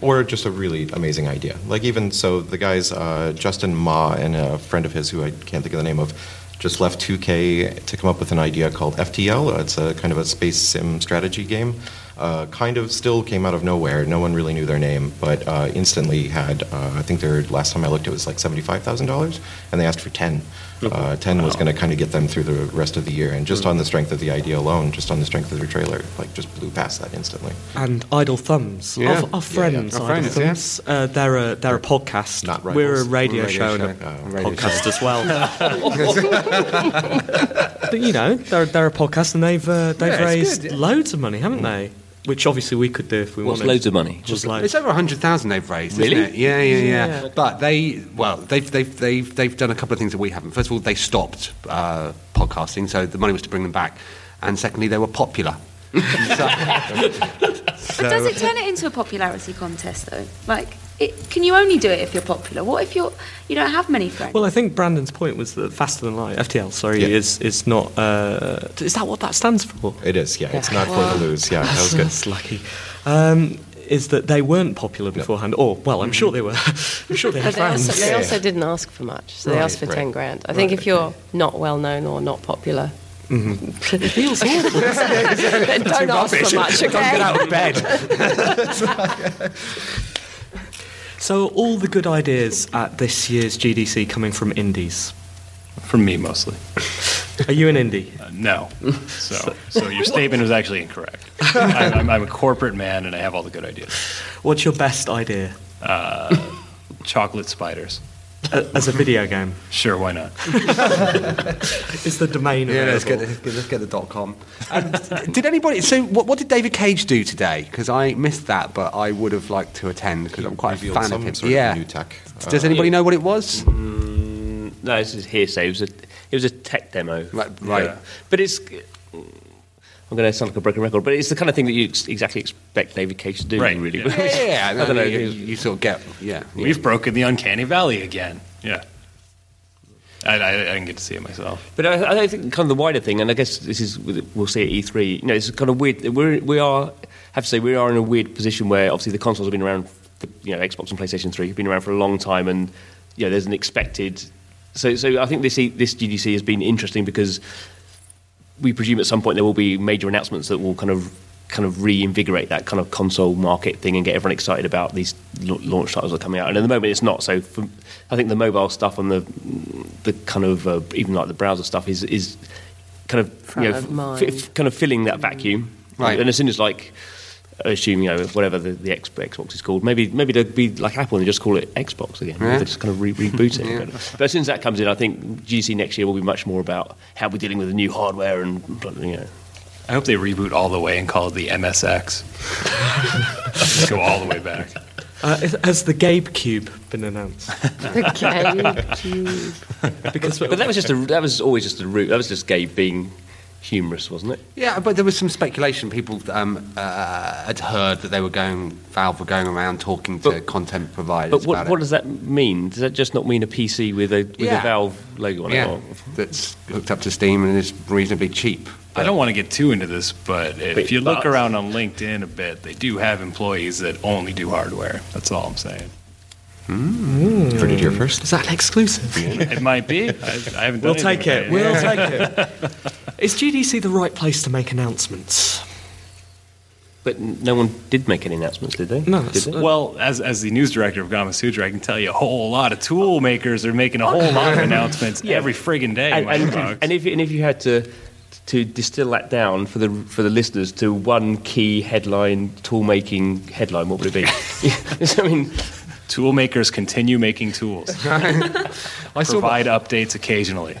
J: Or just a really amazing idea. Like even so, the guys uh, Justin Ma and a friend of his who I can't think of the name of just left 2K to come up with an idea called FTL. Uh, It's a kind of a space sim strategy game. uh, kind of still came out of nowhere. No one really knew their name, but uh, instantly had, uh, I think their last time I looked, it was like $75,000, and they asked for 10. Uh, 10 was going to kind of get them through the rest of the year, and just on the strength of the idea alone, just on the strength of their trailer, like just blew past that instantly.
B: and Idle Thumbs.
C: Yeah.
B: Our, our friends,
C: Our
B: Idle
C: friends, yeah.
B: Thumbs. Uh, they're, a, they're a podcast.
J: Not rivals.
B: We're a
J: We're
B: radio,
J: a radio
B: show and
J: show.
B: a
J: Oh, radio
B: podcast as well. but you know, they're, they're a podcast and they've, uh, they've
C: Yeah, it's
B: raised
C: good, yeah.
B: loads of money, haven't they? Which obviously we could do if we
G: What's
B: wanted.
G: loads of money?
B: Just
C: It's
B: loads.
C: over 100,000 they've raised,
G: Really?
C: isn't it? Yeah, yeah, yeah,
B: Yeah.
C: But they, well, they've, they've, they've, they've done a couple of things that we haven't. First of all, they stopped uh, podcasting, so the money was to bring them back. And secondly, they were popular. so,
I: But does it turn it into a popularity contest though? Like, it, can you only do it if you're popular? What if you're you don't have many friends?
B: Well, I think Brandon's point was that Faster Than Light, FTL, sorry,
J: Yeah.
B: is, is not. Uh, is that what that stands for?
J: It is, yeah. It's not for the lose. Yeah, that was good.
B: That's lucky. Um, is that they weren't popular beforehand, or well, I'm sure they were. I'm sure they had
D: But they also,
B: fans.
D: they also didn't ask for much, so they
J: Right,
D: asked for
J: right.
D: 10 grand. I think if you're not well known or not popular, then don't ask for much, okay?
C: out of bed.
B: So all the good ideas at this year's GDC coming from indies.
E: From me mostly.
B: Are you an indie?
E: Uh, no. So, so your statement was actually incorrect. I'm, I'm, I'm a corporate man and I have all the good ideas.
B: What's your best idea
E: Chocolate spiders.
B: A- as a video game?
E: Sure, why not?
B: Is the domain
C: Yeah, let's get,
B: available?
C: the, let's get- let's get the dot com. And did anybody? So, what, what did David Cage do today? Because I missed that, but I would have liked to attend because I'm quite a
J: Revealed
C: fan
J: some
C: of him.
J: sort of
C: yeah.
J: new tech.
C: Does
J: Uh,
C: anybody know what it was?
G: No, this is hearsay. It was a, it was a tech demo.
C: Right, right.
G: Yeah. But it's. I'm going to sound like a broken record, but it's the kind of thing that you ex- exactly expect David Cage to do,
E: Right,
G: really.
E: yeah.
C: Yeah,
G: I don't know.
C: You, you sort of get. Yeah, yeah.
E: We've broken the uncanny valley again. Yeah. I, I, I didn't get to see it myself.
G: But I, I think kind of the wider thing, and I guess this is we'll see at E3. You know, it's kind of weird. We're, we are have to say we are in a weird position where obviously the consoles have been around. The, you know, Xbox and PlayStation Three have been around for a long time, and you know, there's an expected. So, so I think this E- this GDC has been interesting because we presume at some point there will be major announcements that will kind of kind of reinvigorate that kind of console market thing and get everyone excited about these la- launch titles that are coming out. And at the moment, it's not. So for, I think the mobile stuff and the the kind of uh, even like the browser stuff is is kind of
D: Front
G: you know
D: of
G: f-
D: mind.
G: f- kind of filling that vacuum.
C: Right.
G: And as soon as like I assume you know whatever the, the X- Xbox is called, maybe maybe they'll be like Apple and just call it Xbox again.
C: Yeah.
G: They'll just kind of re- reboot it. But, but as soon as that comes in, I think GDC next year will be much more about how we're dealing with the new hardware and you know.
E: I hope they reboot all the way and call it the MSX. Just go all the way back.
B: Uh, is- has the Gabe Cube been announced?
D: Okay.
B: Because
G: But that was just a, that was always just a route. That was just Gabe being humorous, wasn't it?
C: Yeah, but there was some speculation. People um, uh, had heard that they were going, Valve were going around talking to
G: But-
C: content providers
G: But what,
C: about
G: what
C: it.
G: does that mean? Does that just not mean a PC with a with
C: Yeah.
G: a Valve logo on it?
C: yeah,
G: Or-
C: that's hooked up to Steam and is reasonably cheap.
E: I don't want to get too into this, but
G: Wait,
E: if you look
G: but-
E: around on LinkedIn a bit, they do have employees that only do hardware. That's all I'm saying.
J: Heard
G: Mm.
J: it here first.
B: is that an exclusive?
E: It might be. I, I haven't.
B: We'll
E: done
B: take
E: anything
B: it.
E: about
B: We'll take it. Is GDC the right place to make announcements?
G: But n- no one did make any announcements, did they?
B: No,
G: did
B: that's-
G: they?
E: Well, as, as the news director of Gama Sutra, I can tell you a whole lot of tool makers are making a whole lot of announcements every friggin' day.
G: and,
E: my
G: and,
E: folks.
G: and if and if you had to to distill that down for the for the listeners to one key headline, tool making headline, what would it be? I mean,
E: tool makers continue making tools,
C: I saw
E: provide updates occasionally.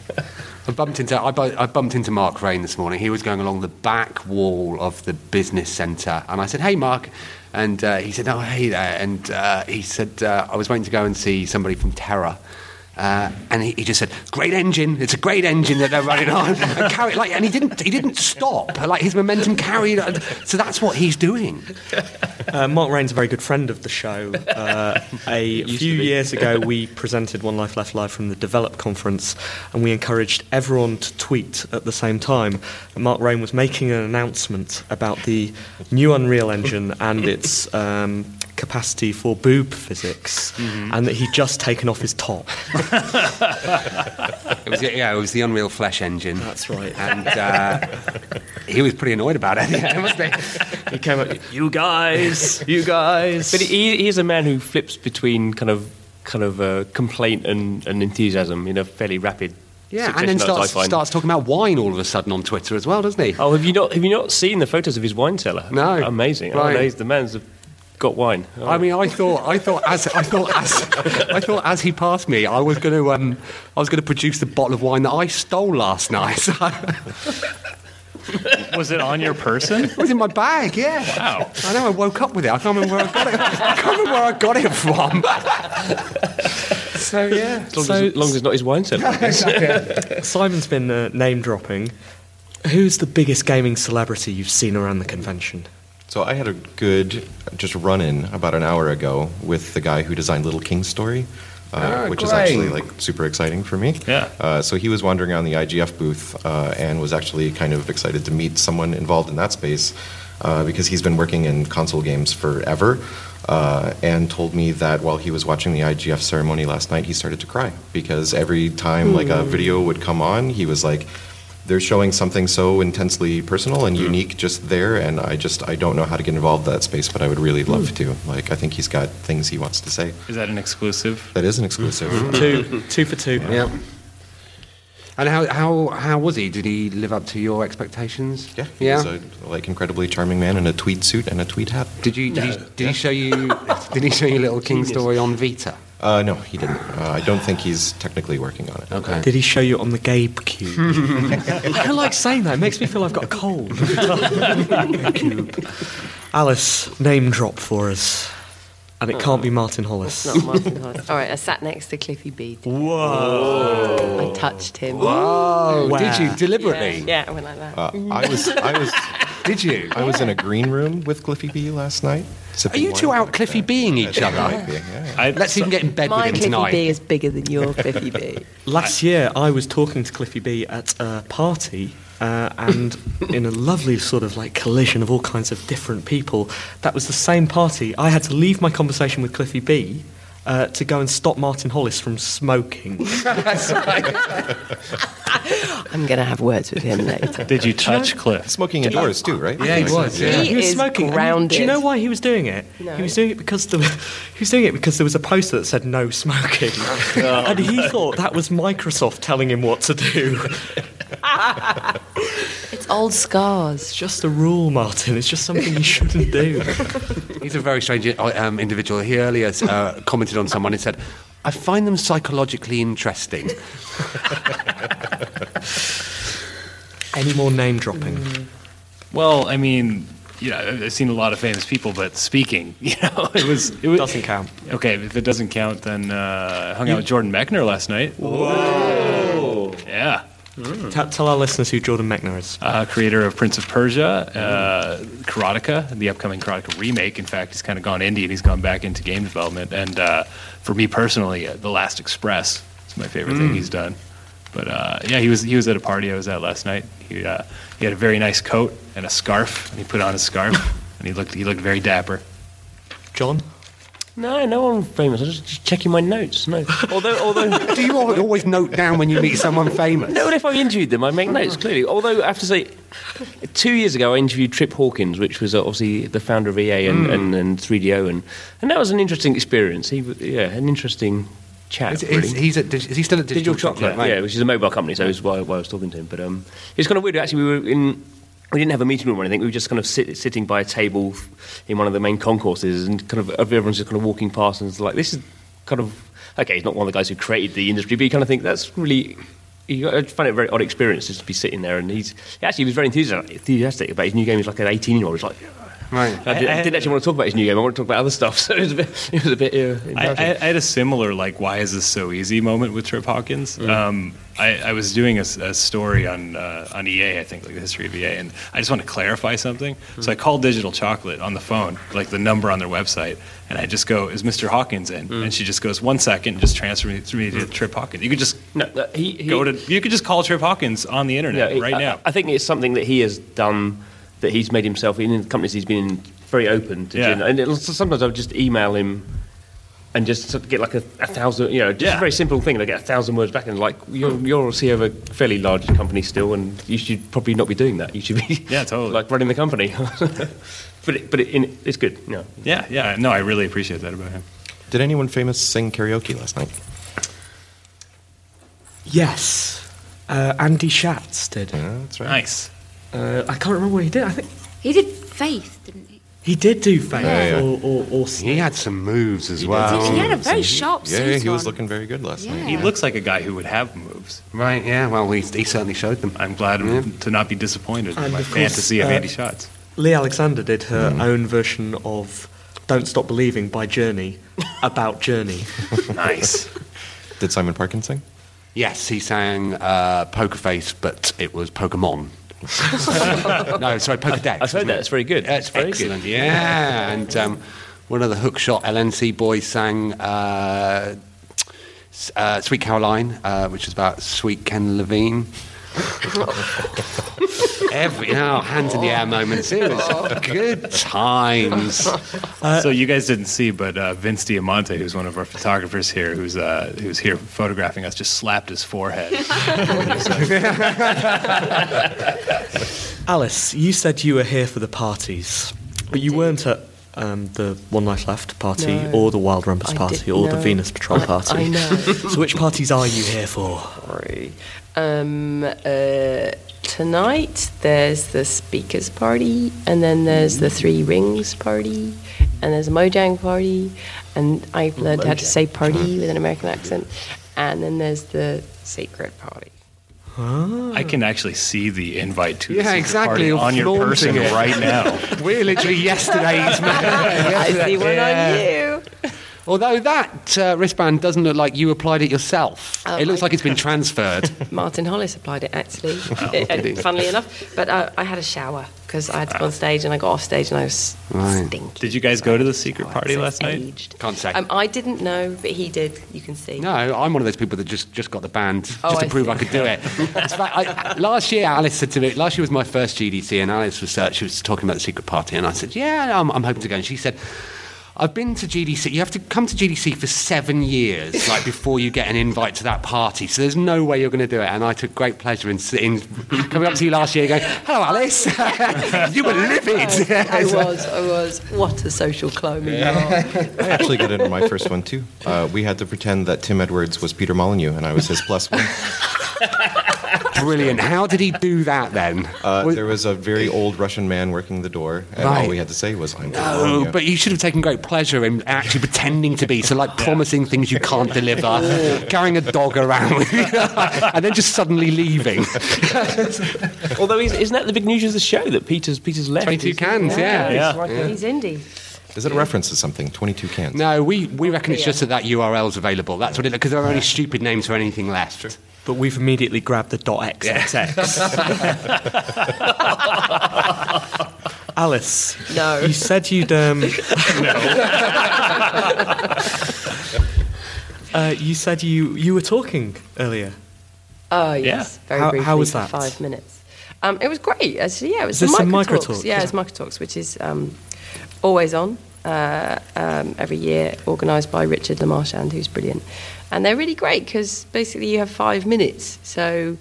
C: I bumped into I, bu- I bumped into Mark Rain this morning. He was going along the back wall of the business centre, and I said, "Hey, Mark," and uh, he said, "Oh, hey there," and uh, he said, uh, "I was waiting to go and see somebody from Terra." Uh, and he, he just said, "Great engine! It's a great engine that they're running on." and, carry, like, and he didn't, he didn't stop. Like his momentum carried. on. So that's what he's doing.
B: Uh, Mark Rain's a very good friend of the show. Uh, a
G: used
B: few
G: to be.
B: years ago, we presented One Life Left Live from the Develop Conference, and we encouraged everyone to tweet at the same time. And Mark Rain was making an announcement about the new Unreal Engine and its um, capacity for boob physics, and that he'd just taken off his top.
C: It was, yeah, it was the Unreal Flesh engine.
B: That's right.
C: And uh, he was pretty annoyed about it. Yeah, must be.
B: He came up, you guys, you guys.
G: But he, he is a man who flips between kind of kind of uh, complaint and, and enthusiasm in a fairly rapid.
C: Yeah,
G: succession,
C: and then
G: as
C: starts,
G: I find.
C: starts talking about wine all of a sudden on Twitter as well, doesn't he?
G: Oh, have you not have you not seen the photos of his wine cellar?
C: No.
G: amazing.
C: Right.
G: Oh, no, he's- the man's got wine. Oh.
C: I mean, I thought, I thought as, I thought as, I thought as he passed me, I was going to, um, I was going to produce the bottle of wine that I stole last night. it
E: Was it on your person?
C: was in my bag. Yeah.
E: Wow.
C: I know. I woke up with it. I can't remember where I got it. I can't remember where I got it from. so yeah.
G: as long,
C: so,
G: as, as long as it's not his wine cellar. I guess.
B: Simon's been uh, name dropping. Who's the biggest gaming celebrity you've seen around the convention?
J: So I had a good just run in about an hour ago with the guy who designed Little King's Story, uh,
C: Ah,
J: which is
C: great.
J: actually like super exciting for me.
E: Yeah.
J: Uh, so he was wandering around the IGF booth uh, and was actually kind of excited to meet someone involved in that space uh, because he's been working in console games forever. Uh, and told me that while he was watching the IGF ceremony last night, he started to cry because every time like
C: Hmm.
J: a video would come on, he was like, they're showing something so intensely personal
C: Hmm.
J: and unique just there and i just i don't know how to get involved in that space but i would really love
C: Hmm.
J: to like i think he's got things he wants to say
E: Is that an exclusive?
J: that is an exclusive
C: Hmm.
B: two, two for two.
C: yeah. And how, how, how was he? Did he live up to your expectations?
J: yeah he's
C: Yeah.
G: uh,
J: a like incredibly charming man in a tweed suit and a tweed hat
C: Did you did, he, did he show you did he show you little King story on Vita?
J: uh, no he didn't uh, i don't think he's technically working on it
B: Did he show you on the Gabe Cube? I don't like saying that. It makes me feel I've got a cold. Alice, name drop for us. And
C: Uh,
B: it can't be Martin Hollis.
D: Not Martin Hollis. All right, I sat next to Cliffy B. Whoa! I touched him.
C: Oh, did you
D: Yeah,
C: deliberately?
D: yeah, I went like that.
J: uh,
C: Hmm.
J: i was i was
C: Did you?
J: i was in a green room with cliffy b last night
C: Are you two out Cliffy being each other?
E: I,
C: Let's even get in bed
D: My
C: with him
D: Cliffy
C: tonight.
D: B is bigger than your Cliffy B.
B: Last year, I was talking to Cliffy B at a party, uh, and in a lovely sort of like collision of all kinds of different people, that was the same party. I had to leave my conversation with Cliffy B uh, to go and stop Martin Hollis from smoking.
D: I'm going to have words with him later.
E: did you touch Cliff?
J: smoking indoors too right yeah
C: he was, yeah.
D: He is
B: and Do you
D: grounded.
B: know why he was doing it?
D: No.
B: He was doing it because the, he was doing it because there was a poster that said no smoking,
C: Oh,
B: and he thought that was Microsoft telling him what to do.
D: It's old
B: It's
D: scars.
B: just a rule, Martin. It's just something you shouldn't do.
C: He's a very strange uh, um, individual. He earlier uh, commented on someone and said, I find them psychologically interesting.
B: Any more name dropping?
E: Well, I mean, you know, I've- I've seen a lot of famous people, but speaking, you know, it was it was,
B: Doesn't count.
E: Okay, if it doesn't count, then uh, I hung out with Jordan Mechner last night. Whoa! Yeah.
B: Tell, tell our listeners who Jordan Mechner is.
E: uh, creator of Prince of Persia, uh, Karateka, the upcoming Karateka remake. In fact, he's kind of gone indie and he's gone back into game development. And uh, for me personally, uh, The Last Express is my favorite thing he's done. But uh, yeah, he was he was at a party I was at last night. He uh, he had a very nice coat and a scarf, and he put on his scarf, and he looked he looked very dapper.
B: John?
G: no, no one famous. I'm just, just checking my notes. No, although although.
C: Do you al- always note down when you meet someone famous?
G: No, well, if I interviewed them, I make notes clearly. Although I have to say, two years ago I interviewed Trip Hawkins, which was uh, obviously the founder of EA
J: Hmm.
G: and, and, and 3DO, and, and that was an interesting experience. He, w- yeah, an interesting chat.
C: Is,
G: really.
C: is, he's at, dig- is he still at Digital, Chocolate?
G: Yeah,
C: mate?
G: yeah, which is a mobile company, so it's why, why I was talking to him. But um, it's kind of weird. Actually, we were in. We didn't have a meeting room or anything. We were just kind of sit, sitting by a table in one of the main concourses, and kind of everyone's just kind of walking past, and it's like, this is kind of okay. He's not one of the guys who created the industry, but you kind of think that's really. You, I find it a very odd experience just to be sitting there, and he's actually he was very enthusiastic, enthusiastic about his new game. He's like an eighteen-year-old. He's like,
C: Right.
G: I, did, I didn't actually want to talk about his new game. I want to talk about other stuff. So it was a bit. It was a bit. Uh,
E: I, I,
G: embarrassing.
E: I had a similar like why is this so easy moment with Trip Hawkins.
G: Mm-hmm.
E: Um, I, I was doing a, s- a story on uh, on EA, I think, like the history of EA, and I just want to clarify something. So
G: Mm-hmm.
E: I called Digital Chocolate on the phone, like the number on their website, and I just go, "Is Mr. Hawkins in?"
G: Mm-hmm.
E: And she just goes, "One second, just transfer me, me to Trip Hawkins." You could just
G: no, no, he, he,
E: go to, you could just call Trip Hawkins on the internet
G: Yeah,
E: right
G: I,
E: now.
G: I think it's something that he has done that he's made himself in the companies he's been in very open to
E: Yeah.
G: Jin. And it'll, so sometimes I would just email him and just sort of get like a, a thousand, you know, just
E: Yeah.
G: a very simple thing. And I get a thousand words back and like, you're, you're a CEO of a fairly large company still, and you should probably not be doing that. You should be
E: Yeah, totally.
G: like running the company. but it, but it, in, it's good. You know.
E: Yeah, yeah. No, I really appreciate that about him.
J: Did anyone famous sing karaoke last night?
B: Yes. Uh, Andy Schatz did.
J: Yeah, that's right.
E: Nice.
B: Uh, I can't remember what he did. I think
I: He did Faith, didn't he?
B: he did do Faith
J: Yeah, yeah.
B: or, or, or
C: He had some moves as
I: Did he? He
C: well.
I: had a very
D: Oh,
I: sharp
J: Yeah,
I: suit
J: yeah, he was
I: on.
J: looking very good last
I: Yeah.
J: night.
E: He looks like a guy who would have moves.
C: Right, yeah, well, he, he certainly showed them.
E: I'm glad to not be disappointed in
B: And
E: my
B: of course,
E: fantasy of
B: uh,
E: Andy Schatz.
B: Lee Alexander did her own version of Don't Stop Believing by Journey about Journey.
E: Nice.
J: Did Simon Parkin sing?
C: Yes, he sang uh, Poker Face, but it was Pokemon. no, sorry, Poker Deck.
G: I've heard that. It's very good.
C: That's
G: It's very
C: excellent. Yeah, and um, one of the hookshot LNC boys sang uh, s- uh, "Sweet Caroline," uh, which is about Sweet Ken Levine. Every now hands in the air moments. It was good times.
E: so you guys didn't see, but uh, Vince Diamante, who's one of our photographers here, who's uh, who's here photographing us, just slapped his forehead.
B: Alice, you said you were here for the parties, but you weren't at um, the One Life Left party
D: No.
B: or the Wild Rumpus
D: I
B: party
D: did-
B: or the
D: no.
B: Venus Patrol
D: I-
B: party.
D: I know.
B: so, which parties are you here for?
D: Sorry. Um, uh, tonight there's the speakers party, and then there's the Three Rings party, and there's a Mojang party, and I've learned how to say
E: Mm-hmm.
D: party with an American accent, and then there's the sacred party.
E: I can actually see the invite to the
C: Yeah,
E: secret
C: exactly,
E: party on your
C: flaunting
E: person
C: it.
E: right now.
C: We're literally yesterday's man.
D: I see one
C: Yeah.
D: on you.
C: Although that uh, wristband doesn't look like you applied it yourself.
D: Oh,
C: it looks
D: I-
C: like it's been transferred.
D: Martin Hollis applied it actually, and funnily enough. But uh, I had a shower because I had to go on stage, and I got off stage, and I was
C: Right.
D: stinky.
E: Did you guys go to the secret
D: Oh, I'm
E: party
D: so
E: last night?
D: aged.
C: Can't say.
D: Um, I didn't know, but he did. You can see.
C: No, I'm one of those people that just, just got the band
D: Oh,
C: just to
D: I
C: prove
D: see.
C: I could do it. In fact, I, last year, Alice said to me, last year was my first GDC, and Alice was, uh, she was talking about the secret party, and I said, yeah, I'm, I'm hoping to go. And she said, I've been to GDC. You have to come to GDC for seven years, like before you get an invite to that party. So there's no way you're going to do it. And I took great pleasure in, in coming up to you last year, going, "Hello, Alice, you were livid."
D: I was, I was. What a social clone you are.
J: I actually got into my first one too. Uh, we had to pretend that Tim Edwards was Peter Molyneux and I was his plus one.
C: Brilliant. How did he do that then?
J: Uh,
C: Was-
J: there was a very old Russian man working the door, and all
C: Right.
J: we had to say was, "I'm Peter
C: No,
J: Molyneux."
C: Oh, but you should have taken great pleasure in actually pretending to be. So, like, promising things you can't deliver, carrying a dog around, with you, and then just suddenly leaving.
G: Although is- isn't that the big news of the show that Peter's Peter's left?
C: 22 cans, yeah.
D: He's indie.
J: Is it a reference to something? Twenty-two cans.
C: No, we, we reckon it's just that that URL's available. That's what it because there are only stupid names for anything left.
B: But we've immediately grabbed the .xxx. Alice,
D: No.
B: you said you'd. Um, no. uh, you said you you were talking earlier.
D: Oh yes, very
B: How-
D: briefly
B: how was
D: for
B: that?
D: five minutes. Um, it was great, actually. Yeah, it was
B: Is this
D: the
B: a
D: micro talks.
B: Microtalks?
D: Yeah,
B: Yeah.
D: it's micro talks, which is um, always on uh, um, every year, organised by Richard Lamarchand, who's brilliant, and they're really great because basically you have five minutes, so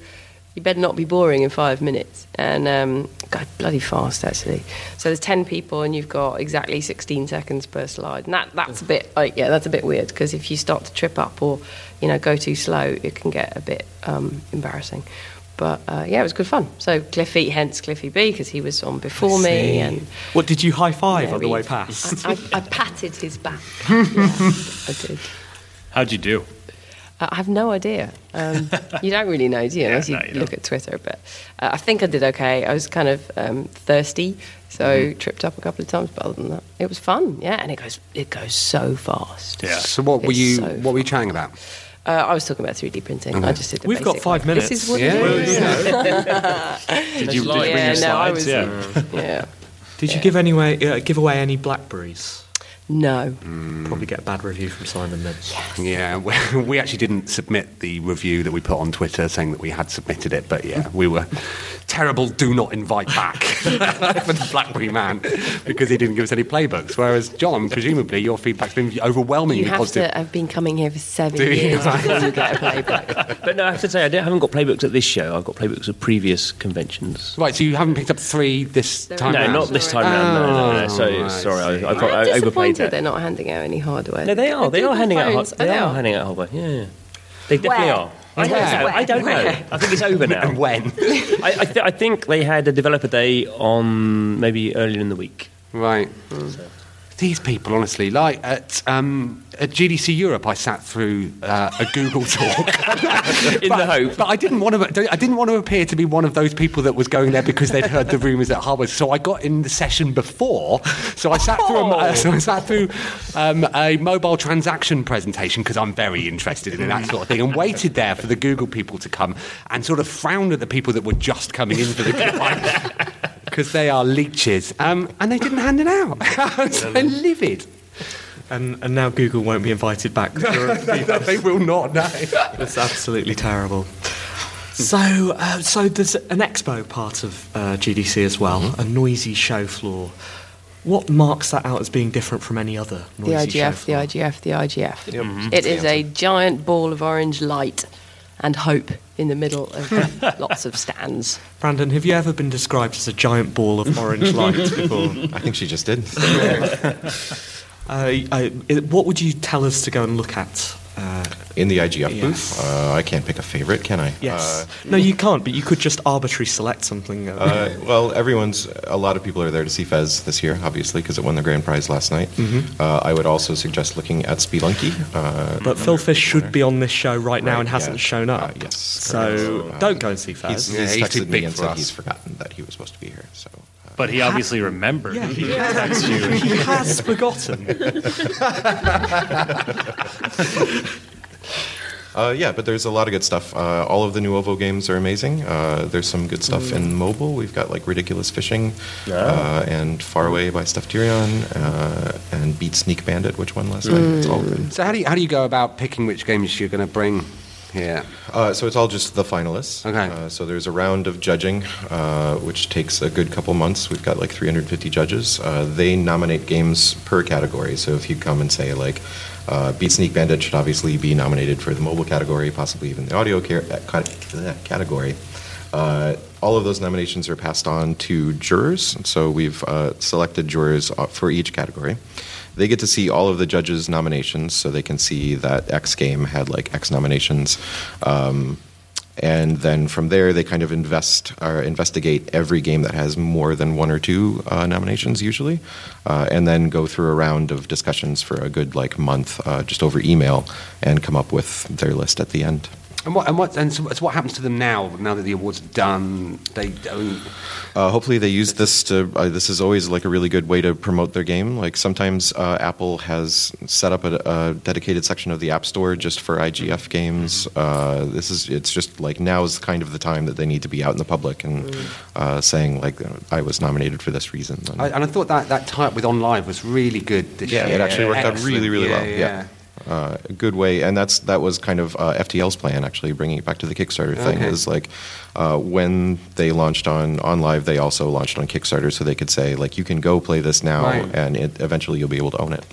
D: you better not be boring in five minutes. And um, God, bloody fast actually. So there's ten people, and you've got exactly 16 seconds per slide, and that, that's a bit like yeah, that's a bit weird because if you start to trip up or you know go too slow, it can get a bit um, embarrassing. But uh, yeah, it was good fun. So Cliffy, hence Cliffy B, because he was on before me, and
B: What did you high five on the way
D: Mary.
B: past?
D: I, I, I patted his back. Yeah, I did.
E: How'd you do?
D: Uh, I have no idea. Um, you don't really know, do you? Unless
E: no,
D: you,
E: you don't.
D: look at Twitter. But uh, I think I did okay. I was kind of um, thirsty, so tripped up a couple of times. But other than that, it was fun. Yeah, and it goes it goes so fast.
E: Yeah.
C: So, what were
D: It's
C: you
D: so
C: what were you chatting about?
D: Uh, I was talking about 3D printing. I just did. The
B: We've got
D: basic
B: five
D: one.
B: minutes.
D: This is what
C: Yeah.
D: it is.
E: Did you, did you
D: Yeah,
E: bring your
D: no, I
E: slides?
D: was.
E: yeah.
D: yeah.
B: Did you give anyway uh, give away any blackberries?
D: No.
B: Probably get a bad review from Simon then.
C: Yeah, we, we actually didn't submit the review that we put on Twitter saying that we had submitted it, but yeah, we were terrible. Do not invite back for the Blackberry Man because he didn't give us any playbooks. Whereas John, presumably your feedback's been overwhelmingly
D: You have
C: positive.
D: to have been coming here for seven
C: Do you?
D: years before you get a playback.
K: But no, I have to say, I, don't- I haven't got playbooks at this show. I've got playbooks at previous conventions.
C: Right, so you haven't picked up three this
D: There
C: time.
D: is-
K: no,
C: round.
K: not this time round. No, no, no,
E: Oh,
K: no. So
C: right.
K: sorry, I, I,
D: I'm
K: got, I overplayed
D: disappointed
K: that.
D: they're not handing out any hardware.
K: No, they are. They are handing out.
D: phones.
K: Hard, they,
D: Oh, they
K: are,
D: are.
K: handing out hardware. Yeah, yeah. they definitely
L: Where?
K: are. I don't
L: Where?
K: know. I don't know.
L: Where?
K: I think it's over now.
C: And when?
K: I, I, th- I think they had a developer day on maybe earlier in the week.
C: Oh. Right. These people, honestly, like at um, at GDC Europe, I sat through uh, a Google talk
K: In
C: but,
K: the hope.
C: but I didn't want to. I didn't want to appear to be one of those people that was going there because they'd heard the rumours at Harvard. So I got in the session before. So I sat through. A,
K: Oh.
C: uh, so I sat through um, a mobile transaction presentation because I'm very interested in that sort of thing, and waited there for the Google people to come and sort of frowned at the people that were just coming in for the because they are leeches, um, and they didn't hand it out. I was livid.
B: And, and now Google won't be invited back.
C: They will not know.
B: That's absolutely terrible. So, uh, so there's an expo part of uh, GDC as well,
E: Mm-hmm.
B: a noisy show floor. What marks that out as being different from any other
D: The
B: noisy show
D: IGF, the
B: floor?
D: IGF, the IGF.
E: Mhm.
D: It is a giant ball of orange light and hope in the middle of lots of stands.
B: Brandon, have you ever been described as a giant ball of orange light before?
E: I think she just did.
B: Uh, I, I- what would you tell us to go and look at? Uh,
E: In the IGF
B: Yes.
E: booth, uh, I can't pick a favorite, can I?
B: yes.
E: Uh,
B: no, you can't, but you could just arbitrarily select something. Uh,
E: Uh, well, everyone's. A lot of people are there to see Fez this year, obviously, because it won the grand prize last night. Uh, I would also suggest looking at Spelunky. Uh,
B: but Phil Fish should be on this show right, now
E: Right,
B: and hasn't
E: yeah.
B: shown up.
E: Uh, yes,
B: So
E: correct.
B: don't go and see Faz.
E: he's,
C: Yeah,
E: he's
C: he's too
E: texted
C: big
E: me and
C: for
E: said
C: us.
E: he's forgotten that he was supposed to be here. So uh,
G: But he obviously remembered. He texted you.
B: he has forgotten.
E: Uh, yeah, but there's a lot of good stuff. Uh, all of the Nuovo games are amazing. Uh, there's some good stuff in mobile. We've got like Ridiculous Fishing uh, and Far Away by Steph Tyrion uh, and Beat Sneak Bandit, which won last night. It's all good.
C: So how do you, how do you go about picking which games you're going to bring here?
E: Uh, so it's all just the finalists.
C: Okay.
E: Uh, so there's a round of judging, uh, which takes a good couple months. We've got like 350 judges. Uh, they nominate games per category. So if you come and say like, uh, Beat Sneak Bandit should obviously be nominated for the mobile category, possibly even the audio care- uh, cat- uh, category. Uh, all of those nominations are passed on to jurors. So we've uh, selected jurors uh, for each category. They get to see all of the judges' nominations, so they can see that X game had like X nominations. Um, and then from there, they kind of invest or investigate every game that has more than one or two uh, nominations, usually, uh, and then go through a round of discussions for a good like month, uh, just over email, and come up with their list at the end.
C: And what and what and so, so what happens to them now? Now that the awards are done, they don't.
E: Uh, hopefully, they use this to. Uh, this is always like a really good way to promote their game. Like sometimes uh, Apple has set up a, a dedicated section of the App Store just for IGF games. Uh, this is. It's just like now is kind of the time that they need to be out in the public and uh, saying like I was nominated for this reason. And-
C: I, and I thought that that type with OnLive was really good. This
E: yeah,
C: year.
E: it actually worked out
C: Excellent.
E: really, really
C: Yeah,
E: well. Yeah. Uh, a good way, and that's that was kind of uh, FTL's plan actually, bringing it back to the Kickstarter thing.
C: Okay.
E: Is like uh, when they launched on on live, they also launched on Kickstarter, so they could say like, you can go play this now,
C: Right.
E: and it, eventually you'll be able to own it.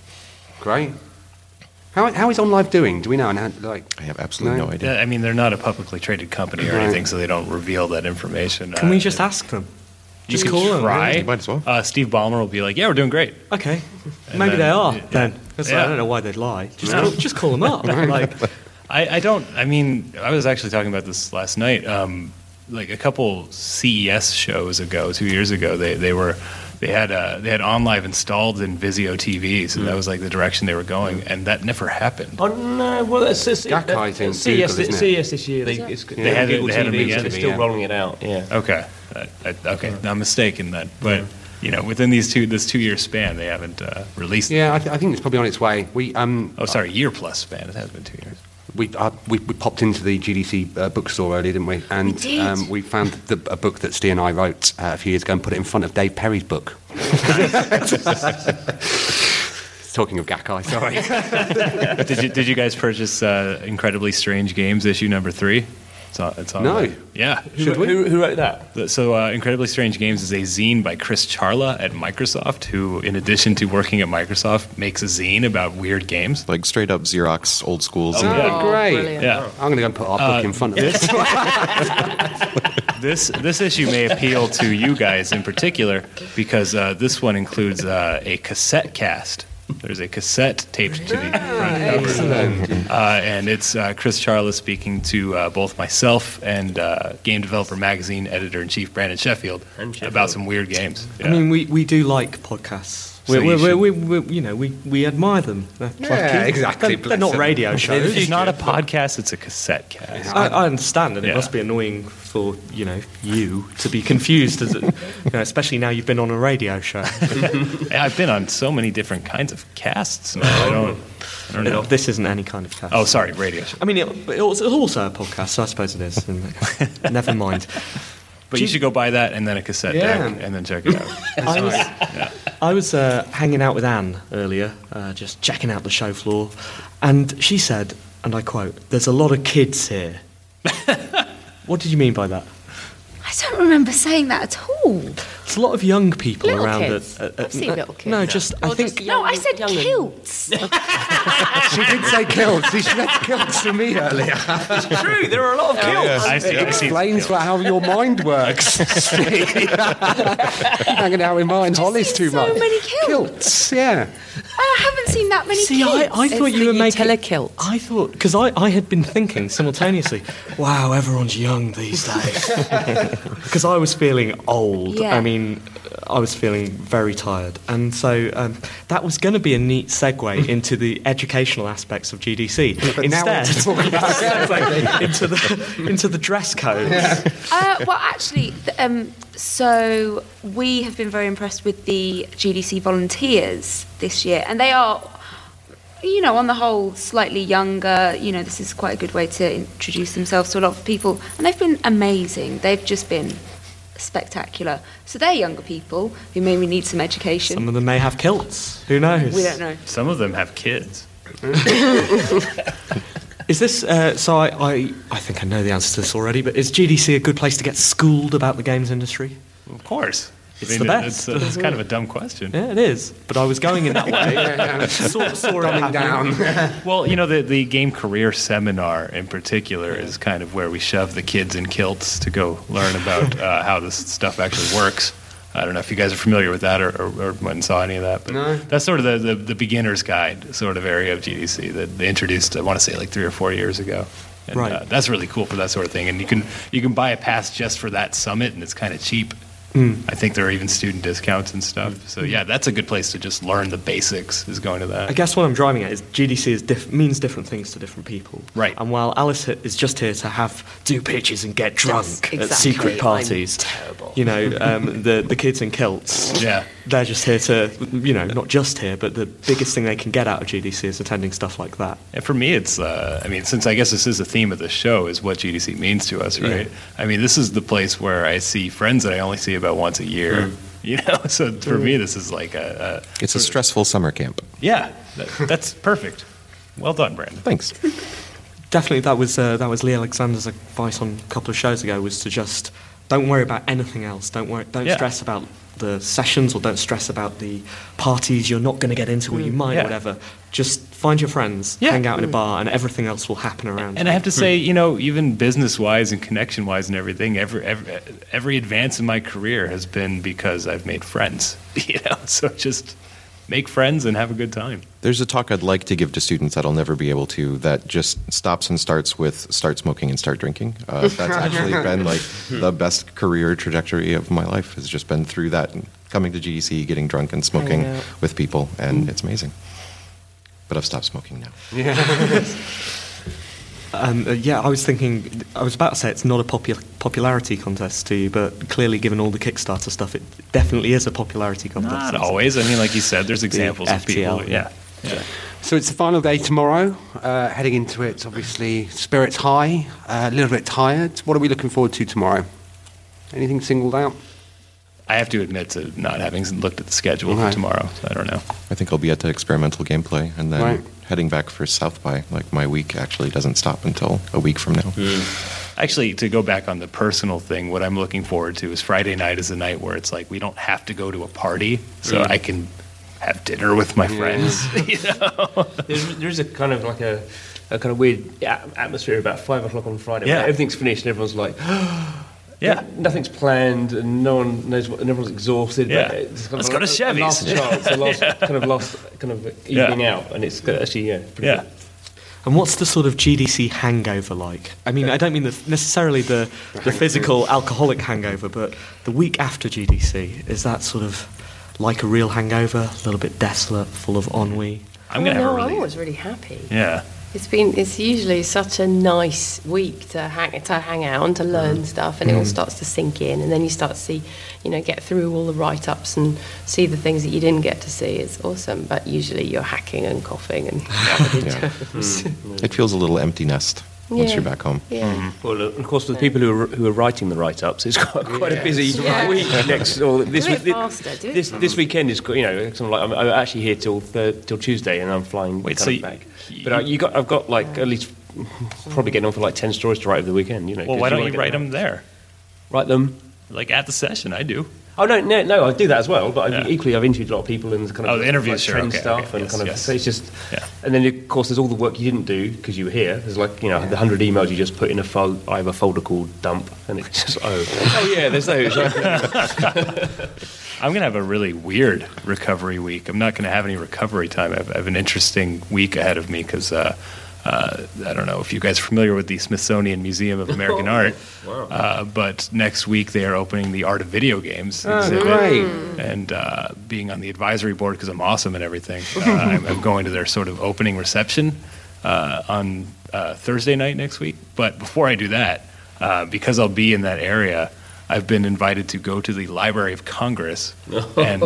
C: Great. How, how is OnLive doing? Do we know? And how, like,
E: I have absolutely no,
C: No.
E: idea.
G: Yeah, I mean, they're not a publicly traded company or
C: Right.
G: anything, so they don't reveal that information.
B: Mm-hmm. Can
G: Uh,
B: we just ask them?
G: You
B: just
G: can
B: call them,
G: try.
E: yeah. You might as well.
G: Uh, Steve Ballmer will be like, "Yeah, we're doing great."
B: Okay.
G: And
B: Maybe
G: then-
B: they are
G: yeah.
B: then. 'Cause I
G: Yeah.
B: don't know why they'd lie. Just,
G: No.
B: call, just call them up. like,
G: I, I don't. I mean, I was actually talking about this E last night. Um, like a couple CES shows ago, two years ago, they, they were they had uh, they had OnLive installed in Vizio TV, so
C: Hmm.
G: that was like the direction they were going, and that never happened.
K: Oh no! Well, that's, that's,
C: Gakai
K: that's
C: thing,
K: CES,
C: Google, isn't it?
K: CES this year. They, it's, they
G: had
K: had
G: it-
K: Google
G: they had it
K: TV, so
G: again.
K: they're still
C: Yeah.
K: rolling it out. Yeah.
G: Okay,
E: Uh,
G: I, I, okay, I'm mistaken then, but you know, within these two this two year span, they haven't uh, released.
C: yeah, I, th- I think it's probably on its way. We um,
G: Oh, sorry, year plus span. It has been two years.
C: We, uh, we, we popped into the GDC uh, bookstore earlier, didn't we? And
L: did.
C: Um, we found the, a book that Steve and I wrote uh, a few years ago and put it in front of Dave Perry's book. Talking of Gakkai, sorry.
E: did you Did you guys purchase uh, Incredibly Strange Games issue number three? It's on, it's on
C: No.
E: there. Yeah.
C: Should we?
H: Who, who wrote that?
E: Th- So, uh, Incredibly Strange Games is a zine by Chris Charla at Microsoft, who, in addition to working at Microsoft, makes a zine about weird games.
J: Like straight up Xerox old school.
C: Oh, great.
D: brilliant.
E: Yeah. Uh,
C: I'm going to go and put our book in front of this.
E: This this issue may appeal to you guys in particular because uh, this one includes uh, a cassette cast. There's a cassette taped to the front cover, uh, and it's uh, Chris Charles speaking to uh, both myself and uh, Game Developer Magazine editor in chief Brandon Sheffield,
G: And Sheffield.
E: about some weird games.
B: I mean, we, we do like podcasts.
E: So
B: We're-
E: you
B: we're-
E: should-
B: we're- we're- we're- you know, we, we admire them. They're plucky.
C: exactly,
B: They're, they're not
C: bless 'em.
B: radio shows.
E: it's not a podcast; it's a cassette cast.
B: I, I understand, and
E: Yeah.
B: it must be annoying for you know you to be confused, as it, you know, especially now you've been on a radio show.
E: I've been on so many different kinds of casts. Now. I don't, I don't know.
B: This isn't any kind of cast.
E: Oh, sorry, radio. show.
B: I mean, it, but it's also a podcast, so I suppose it is. isn't it? Never mind.
E: But you should go buy that and then a cassette
B: Yeah.
E: deck and then check it out.
B: I was, I was uh, hanging out with Anne earlier, uh, just checking out the show floor, and she said, and I quote, "There's a lot of kids here." what did you mean by that?
I: I don't remember saying that at all.
B: It's a lot of young people
I: Little
B: around.
I: kids.
B: At,
D: I've seen little kids.
B: uh, No, just I
D: Or
B: think
D: just
I: no, I
D: young-
I: said
D: young and-
I: kilts.
C: she did say kilts. She said kilts to me earlier.
G: True, there are a lot of kills.
E: I see. I see.
C: Explains what, how your mind works. Hanging out with mine, Holly's too
I: so
C: much.
I: many kilts.
C: Kilts, yeah.
I: I haven't seen that many
B: See, I,
I: kilts.
B: I thought
D: It's
B: you were
D: the
B: making
D: Utilikilt.
B: I thought because I, I had been thinking simultaneously. wow, everyone's young these days. Because I was feeling old.
I: Yeah.
B: I mean, I was feeling very tired, and so um, that was going to be a neat segue into the educational aspects of GDC.
C: But now we're
B: Instead,
C: to talk about
B: Exactly, into the into the dress codes.
I: uh, well, actually, th- um, so we have been very impressed with the GDC volunteers this year, and they are, you know, on the whole, slightly younger. You know, this is quite a good way to introduce themselves to a lot of people, and they've been amazing. They've just been spectacular. So they're younger people who maybe need some education.
B: Some of them may have kilts. Who knows?
I: we don't know.
E: Some of them have kids.
B: Is this uh, so? I, I I think I know the answer to this already, but is GDC a good place to get schooled about the games industry?
E: Of course.
B: It's the best.
E: It's, uh, it's kind of a dumb question.
B: Yeah, it is. But I was going in that way. Sort- sort of happening.
E: Well, you know, the, the game career seminar in particular is kind of where we shove the kids in kilts to go learn about uh, how this stuff actually works. I don't know if you guys are familiar with that or, or, or went and saw any of that, but that's sort of the, the, the beginner's guide sort of area of GDC that they introduced, I want to say, like three or four years ago. And,
B: Right.
E: Uh, that's really cool for that sort of thing. And you can, you can buy a pass just for that summit, and it's kind of cheap. I think there are even student discounts and stuff. So, yeah, that's a good place to just learn the basics, is going to that.
B: I guess what I'm driving at is GDC is diff- means different things to different people.
E: Right.
B: And while Alice h- is just here to have do pitches and get drunk at
D: exactly.
B: secret
D: I'm
B: parties,
D: terrible.
B: you know, um, the the kids in kilts.
E: Yeah.
B: They're just here to, you know, not just here, but the biggest thing they can get out of GDC is attending stuff like that.
E: And for me, it's, uh, I mean, since I guess this is the theme of the show, is what GDC means to us, right? I mean, this is the place where I see friends that I only see about once a year, you know? So for me, this is like a, a
J: It's a stressful summer camp.
E: yeah, that, that's perfect. Well done, Brandon.
J: Thanks.
B: Definitely, that was uh, that was Lee Alexander's advice on a couple of shows ago was to just don't worry about anything else. Don't worry, don't
E: Yeah.
B: stress about the sessions or don't stress about the parties you're not going to get into or you might,
E: Mm, Yeah.
B: whatever. Just find your friends,
E: Yeah. Mm.
B: hang out in a bar, and everything else will happen around.
E: And I have to say, you know, even business wise and connection wise and everything, every, every every advance in my career has been because I've made friends, you know? So just make friends and have a good time.
J: There's a talk I'd like to give to students that I'll never be able to that just stops and starts with start smoking and start drinking. Uh, that's actually been like the best career trajectory of my life has just been through that and coming to GDC, getting drunk and smoking with people, and it's amazing. But I've stopped smoking now.
B: Um, uh, yeah, I was thinking, I was about to say it's not a popu- popularity contest to you, but clearly, given all the Kickstarter stuff, it definitely is a popularity contest.
E: Not
B: isn't it?
E: always. I mean, like you said, there's examples of
B: FTL,
E: people.
B: yeah.
E: Yeah. yeah.
C: So it's the final day tomorrow. Uh, heading into it, obviously, spirits high, uh, a little bit tired. What are we looking forward to tomorrow? Anything singled out?
E: I have to admit to not having looked at the schedule
C: Okay.
E: for tomorrow. So I don't know.
J: I think I'll be at the experimental gameplay and then
C: Right.
J: heading back for South by. Like my week actually doesn't stop until a week from now.
E: Actually, to go back on the personal thing, what I'm looking forward to is Friday night is a night where it's like we don't have to go to a party, so I can have dinner with my friends.
G: There's, there's a kind of like a, a kind of weird a- atmosphere about five o'clock on Friday.
E: Yeah.
G: where everything's finished and everyone's like,
E: Yeah.
G: nothing's planned and no one knows what, and everyone's exhausted. but
E: Yeah.
G: it's kind
E: Let's
G: of a-
E: go to
G: a Last
E: Chevy's.
G: chance, a last kind of last kind of
E: Yeah.
G: evening out, and it's actually yeah, pretty
E: Yeah.
B: And what's the sort of GDC hangover like? I mean, I don't mean the, necessarily the, the physical alcoholic hangover, but the week after GDC, is that sort of like a real hangover, a little bit desolate, full of ennui?
E: I'm gonna
D: oh,
E: have
D: no,
E: a
D: I'm
E: really
D: always really happy.
E: yeah.
D: It's been it's usually such a nice week to hang to hang out and to
E: Mm-hmm.
D: learn stuff, and it all starts to sink in, and then you start to see, you know, get through all the write ups and see the things that you didn't get to see. It's awesome, but usually you're hacking and coughing and
J: Yeah. It feels a little empty nest once
D: Yeah.
J: you're back home.
E: Hmm.
D: yeah.
G: Well, uh, of course, for the people who are, who are writing the write-ups, it's quite, quite a busy
D: Yeah.
G: week next. Or this
D: Do it
G: week-
D: faster, do it
G: this, this weekend is you know it's sort of like I'm, I'm actually here till th- till Tuesday, and I'm flying
E: Wait,
G: kind
E: so
G: of
E: you-
G: back. But I, you got I've got like at least probably getting on for like ten stories to write over the weekend. You know,
E: Well,
G: 'cause
E: why don't
G: wanna
E: you
G: get
E: write them there,
G: Write them.
E: like at the session? I do.
G: Oh no, no, no! I do that as well, but
E: Yeah.
G: I, equally I've interviewed a lot of people and kind of
E: Oh, the interviews,
G: like,
E: sure,
G: trained
E: okay, okay,
G: staff and
E: yes,
G: kind of
E: yes.
G: so it's just
E: Yeah.
G: and then of course there's all the work you didn't do because you were here. There's like you know the hundred emails you just put in a fol- I have a folder called dump and it's just oh oh yeah there's those
E: I'm gonna have a really weird recovery week. I'm not gonna have any recovery time. I have, I have an interesting week ahead of me because uh, uh, I don't know if you guys are familiar with the Smithsonian Museum of American Art, uh, but next week they are opening the Art of Video Games
G: Oh,
E: exhibit, and uh, being on the advisory board because I'm awesome at everything, uh, I'm, I'm going to their sort of opening reception uh, on uh, Thursday night next week. But before I do that, uh, because I'll be in that area. I've been invited to go to the Library of Congress, and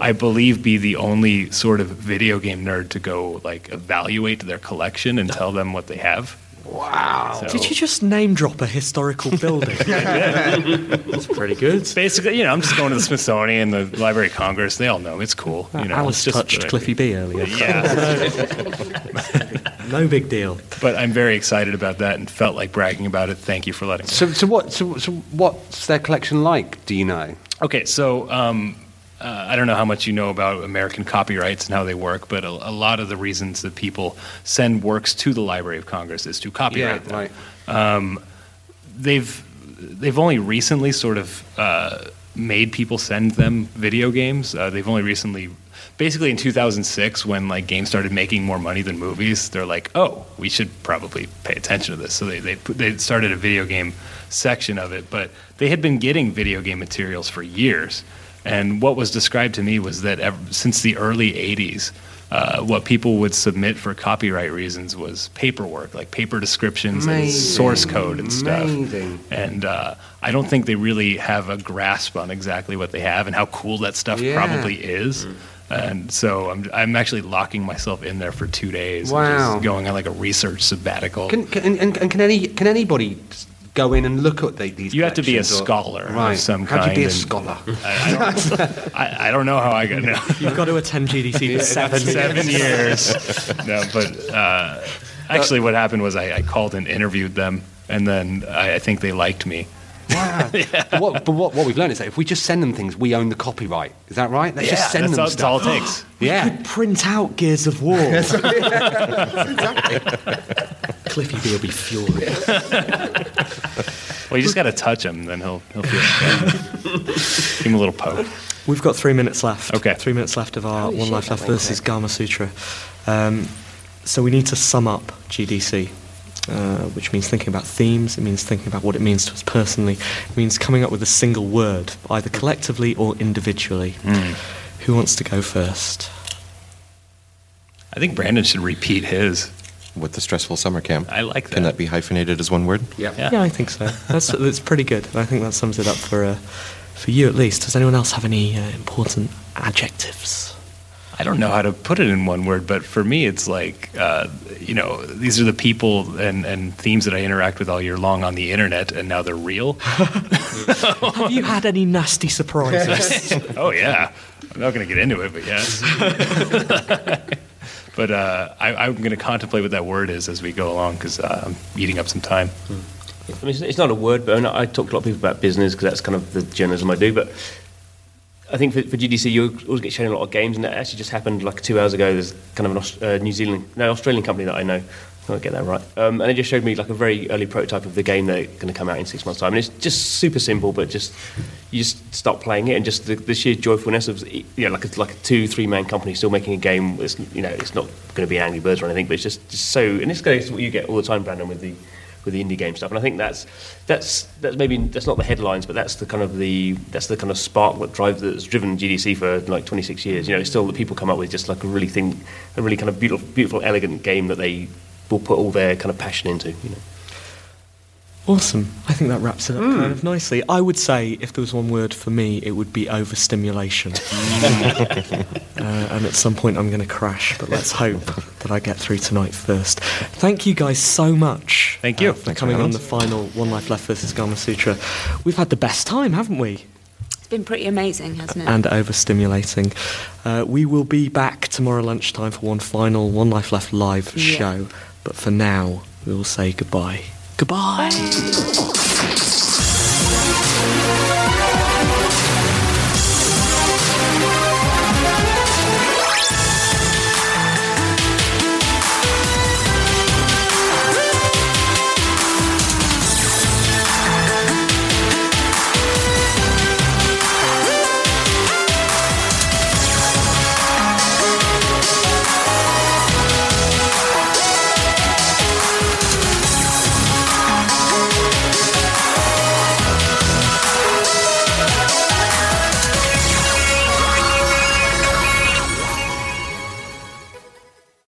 E: I believe be the only sort of video game nerd to go like evaluate their collection and tell them what they have. Wow! So,
B: Did you just name drop a historical building? That's pretty good.
E: basically, you know, I'm just going to the Smithsonian, the Library of Congress. They all know it's cool. You know,
B: Alice
E: it's just-
B: touched Cliffy B earlier.
E: Yeah,
B: No big deal.
E: but I'm very excited about that and felt like bragging about it. Thank you for letting me.
C: So, so what? So, so what's their collection like? Do you know?
E: Okay, so um, uh, I don't know how much you know about American copyrights and how they work, but a, a lot of the reasons that people send works to the Library of Congress is to copyright them.
C: right.
E: Um, they've they've only recently sort of uh, made people send them video games. Uh, they've only recently, basically in 2006, when like games started making more money than movies, they're like, oh, we should probably pay attention to this. So they they put, they started a video game section of it, but they had been getting video game materials for years. And what was described to me was that ever, since the early 80s, uh, what people would submit for copyright reasons was paperwork, like paper descriptions and source code and stuff.
C: Amazing.
E: And uh, I don't think they really have a grasp on exactly what they have and how cool that stuff
C: Yeah. Mm.
E: probably is. And so I'm, I'm actually locking myself in there for two days. And
C: Wow.
E: just going on like a research sabbatical.
C: Can, can, and- and, and can any can anybody s- go in and look at the, these?
E: you have to be a
C: collections or-
E: scholar
C: right?
E: of some
C: How
E: kind.
C: do you be a
E: and
C: scholar?
E: I, I, don't, I, I don't know how I got no.
B: You've got to attend GDC for seven
E: seven years. no, but uh, actually, what happened was I, I called and interviewed them, and then I, I think they liked me.
C: Wow. But, what, but what, what we've learned is that if we just send them things, we own the copyright. Is that right? Let's just send
E: that's,
C: them
E: all, that's all
C: stuff.
E: it takes.
C: Yeah.
B: Print out Gears of War. exactly. Cliffy B will be furious.
E: Well, you just got to touch him, then he'll he'll feel. it. Give him a little poke.
B: We've got three minutes left.
E: Okay.
B: Three minutes left of our
D: Holy
B: One
D: shit,
B: Life
D: that
B: Left
D: went
B: versus
D: quick.
B: Gama Sutra. Um, so we need to sum up GDC, uh, which means thinking about themes, it means thinking about what it means to us personally, it means coming up with a single word, either collectively or individually. Who wants to go first?
E: I think Brandon should repeat his.
J: With the stressful summer camp.
E: I like
J: Can
E: that.
J: that be hyphenated as one word?
E: Yeah.
B: I think so. That's, that's pretty good. I think that sums it up for, uh, for you at least. Does anyone else have any uh, important adjectives?
E: I don't know how to put it in one word, but for me, it's like uh, you know these are the people and, and themes that I interact with all year long on the internet, and now they're real.
B: Have you had any nasty surprises?
E: oh yeah, I'm not going to get into it, but yes. but uh, I, I'm going to contemplate what that word is as we go along because uh, I'm eating up some time.
G: I mean, it's, it's not a word, but I, know- I talk to a lot of people about business because that's kind of the journalism I do. But I think for, for GDC, you always get shown a lot of games, and that actually just happened like two hours ago. There's kind of an Aus- uh, New Zealand, no Australian company that I know. I'll get that right. Um, and they just showed me like a very early prototype of the game that's going to come out in six months' time. And it's just super simple, but just you just start playing it, and just the, the sheer joyfulness of you know, like it's like a two, three man company still making a game. It's you know, it's not going to be an Angry Birds or anything, but it's just, just so. And this goes to what you get all the time, Brandon, with the with the indie game stuff. And I think that's that's that's maybe that's not the headlines, but that's the kind of the that's the kind of spark that drive that's driven GDC for like 26 years. You know, it's still that people come up with just like a really thing, a really kind of beautiful, beautiful, elegant game that they will put all their kind of passion into. You know.
B: awesome. I think that wraps it up
E: Hmm.
B: kind of nicely. I would say if there was one word for me, it would be overstimulation. uh, and at some point, I'm going to crash, but let's hope that I get through tonight first. Thank you guys so much. uh,
E: Thank you.
B: for coming on the final One Life Left versus Kama Sutra. We've had the best time, haven't we?
I: It's been pretty amazing, hasn't it?
B: and overstimulating. Uh, we will be back tomorrow lunchtime for one final One Life Left live
I: Yeah.
B: show. But for now, we will say goodbye. Goodbye.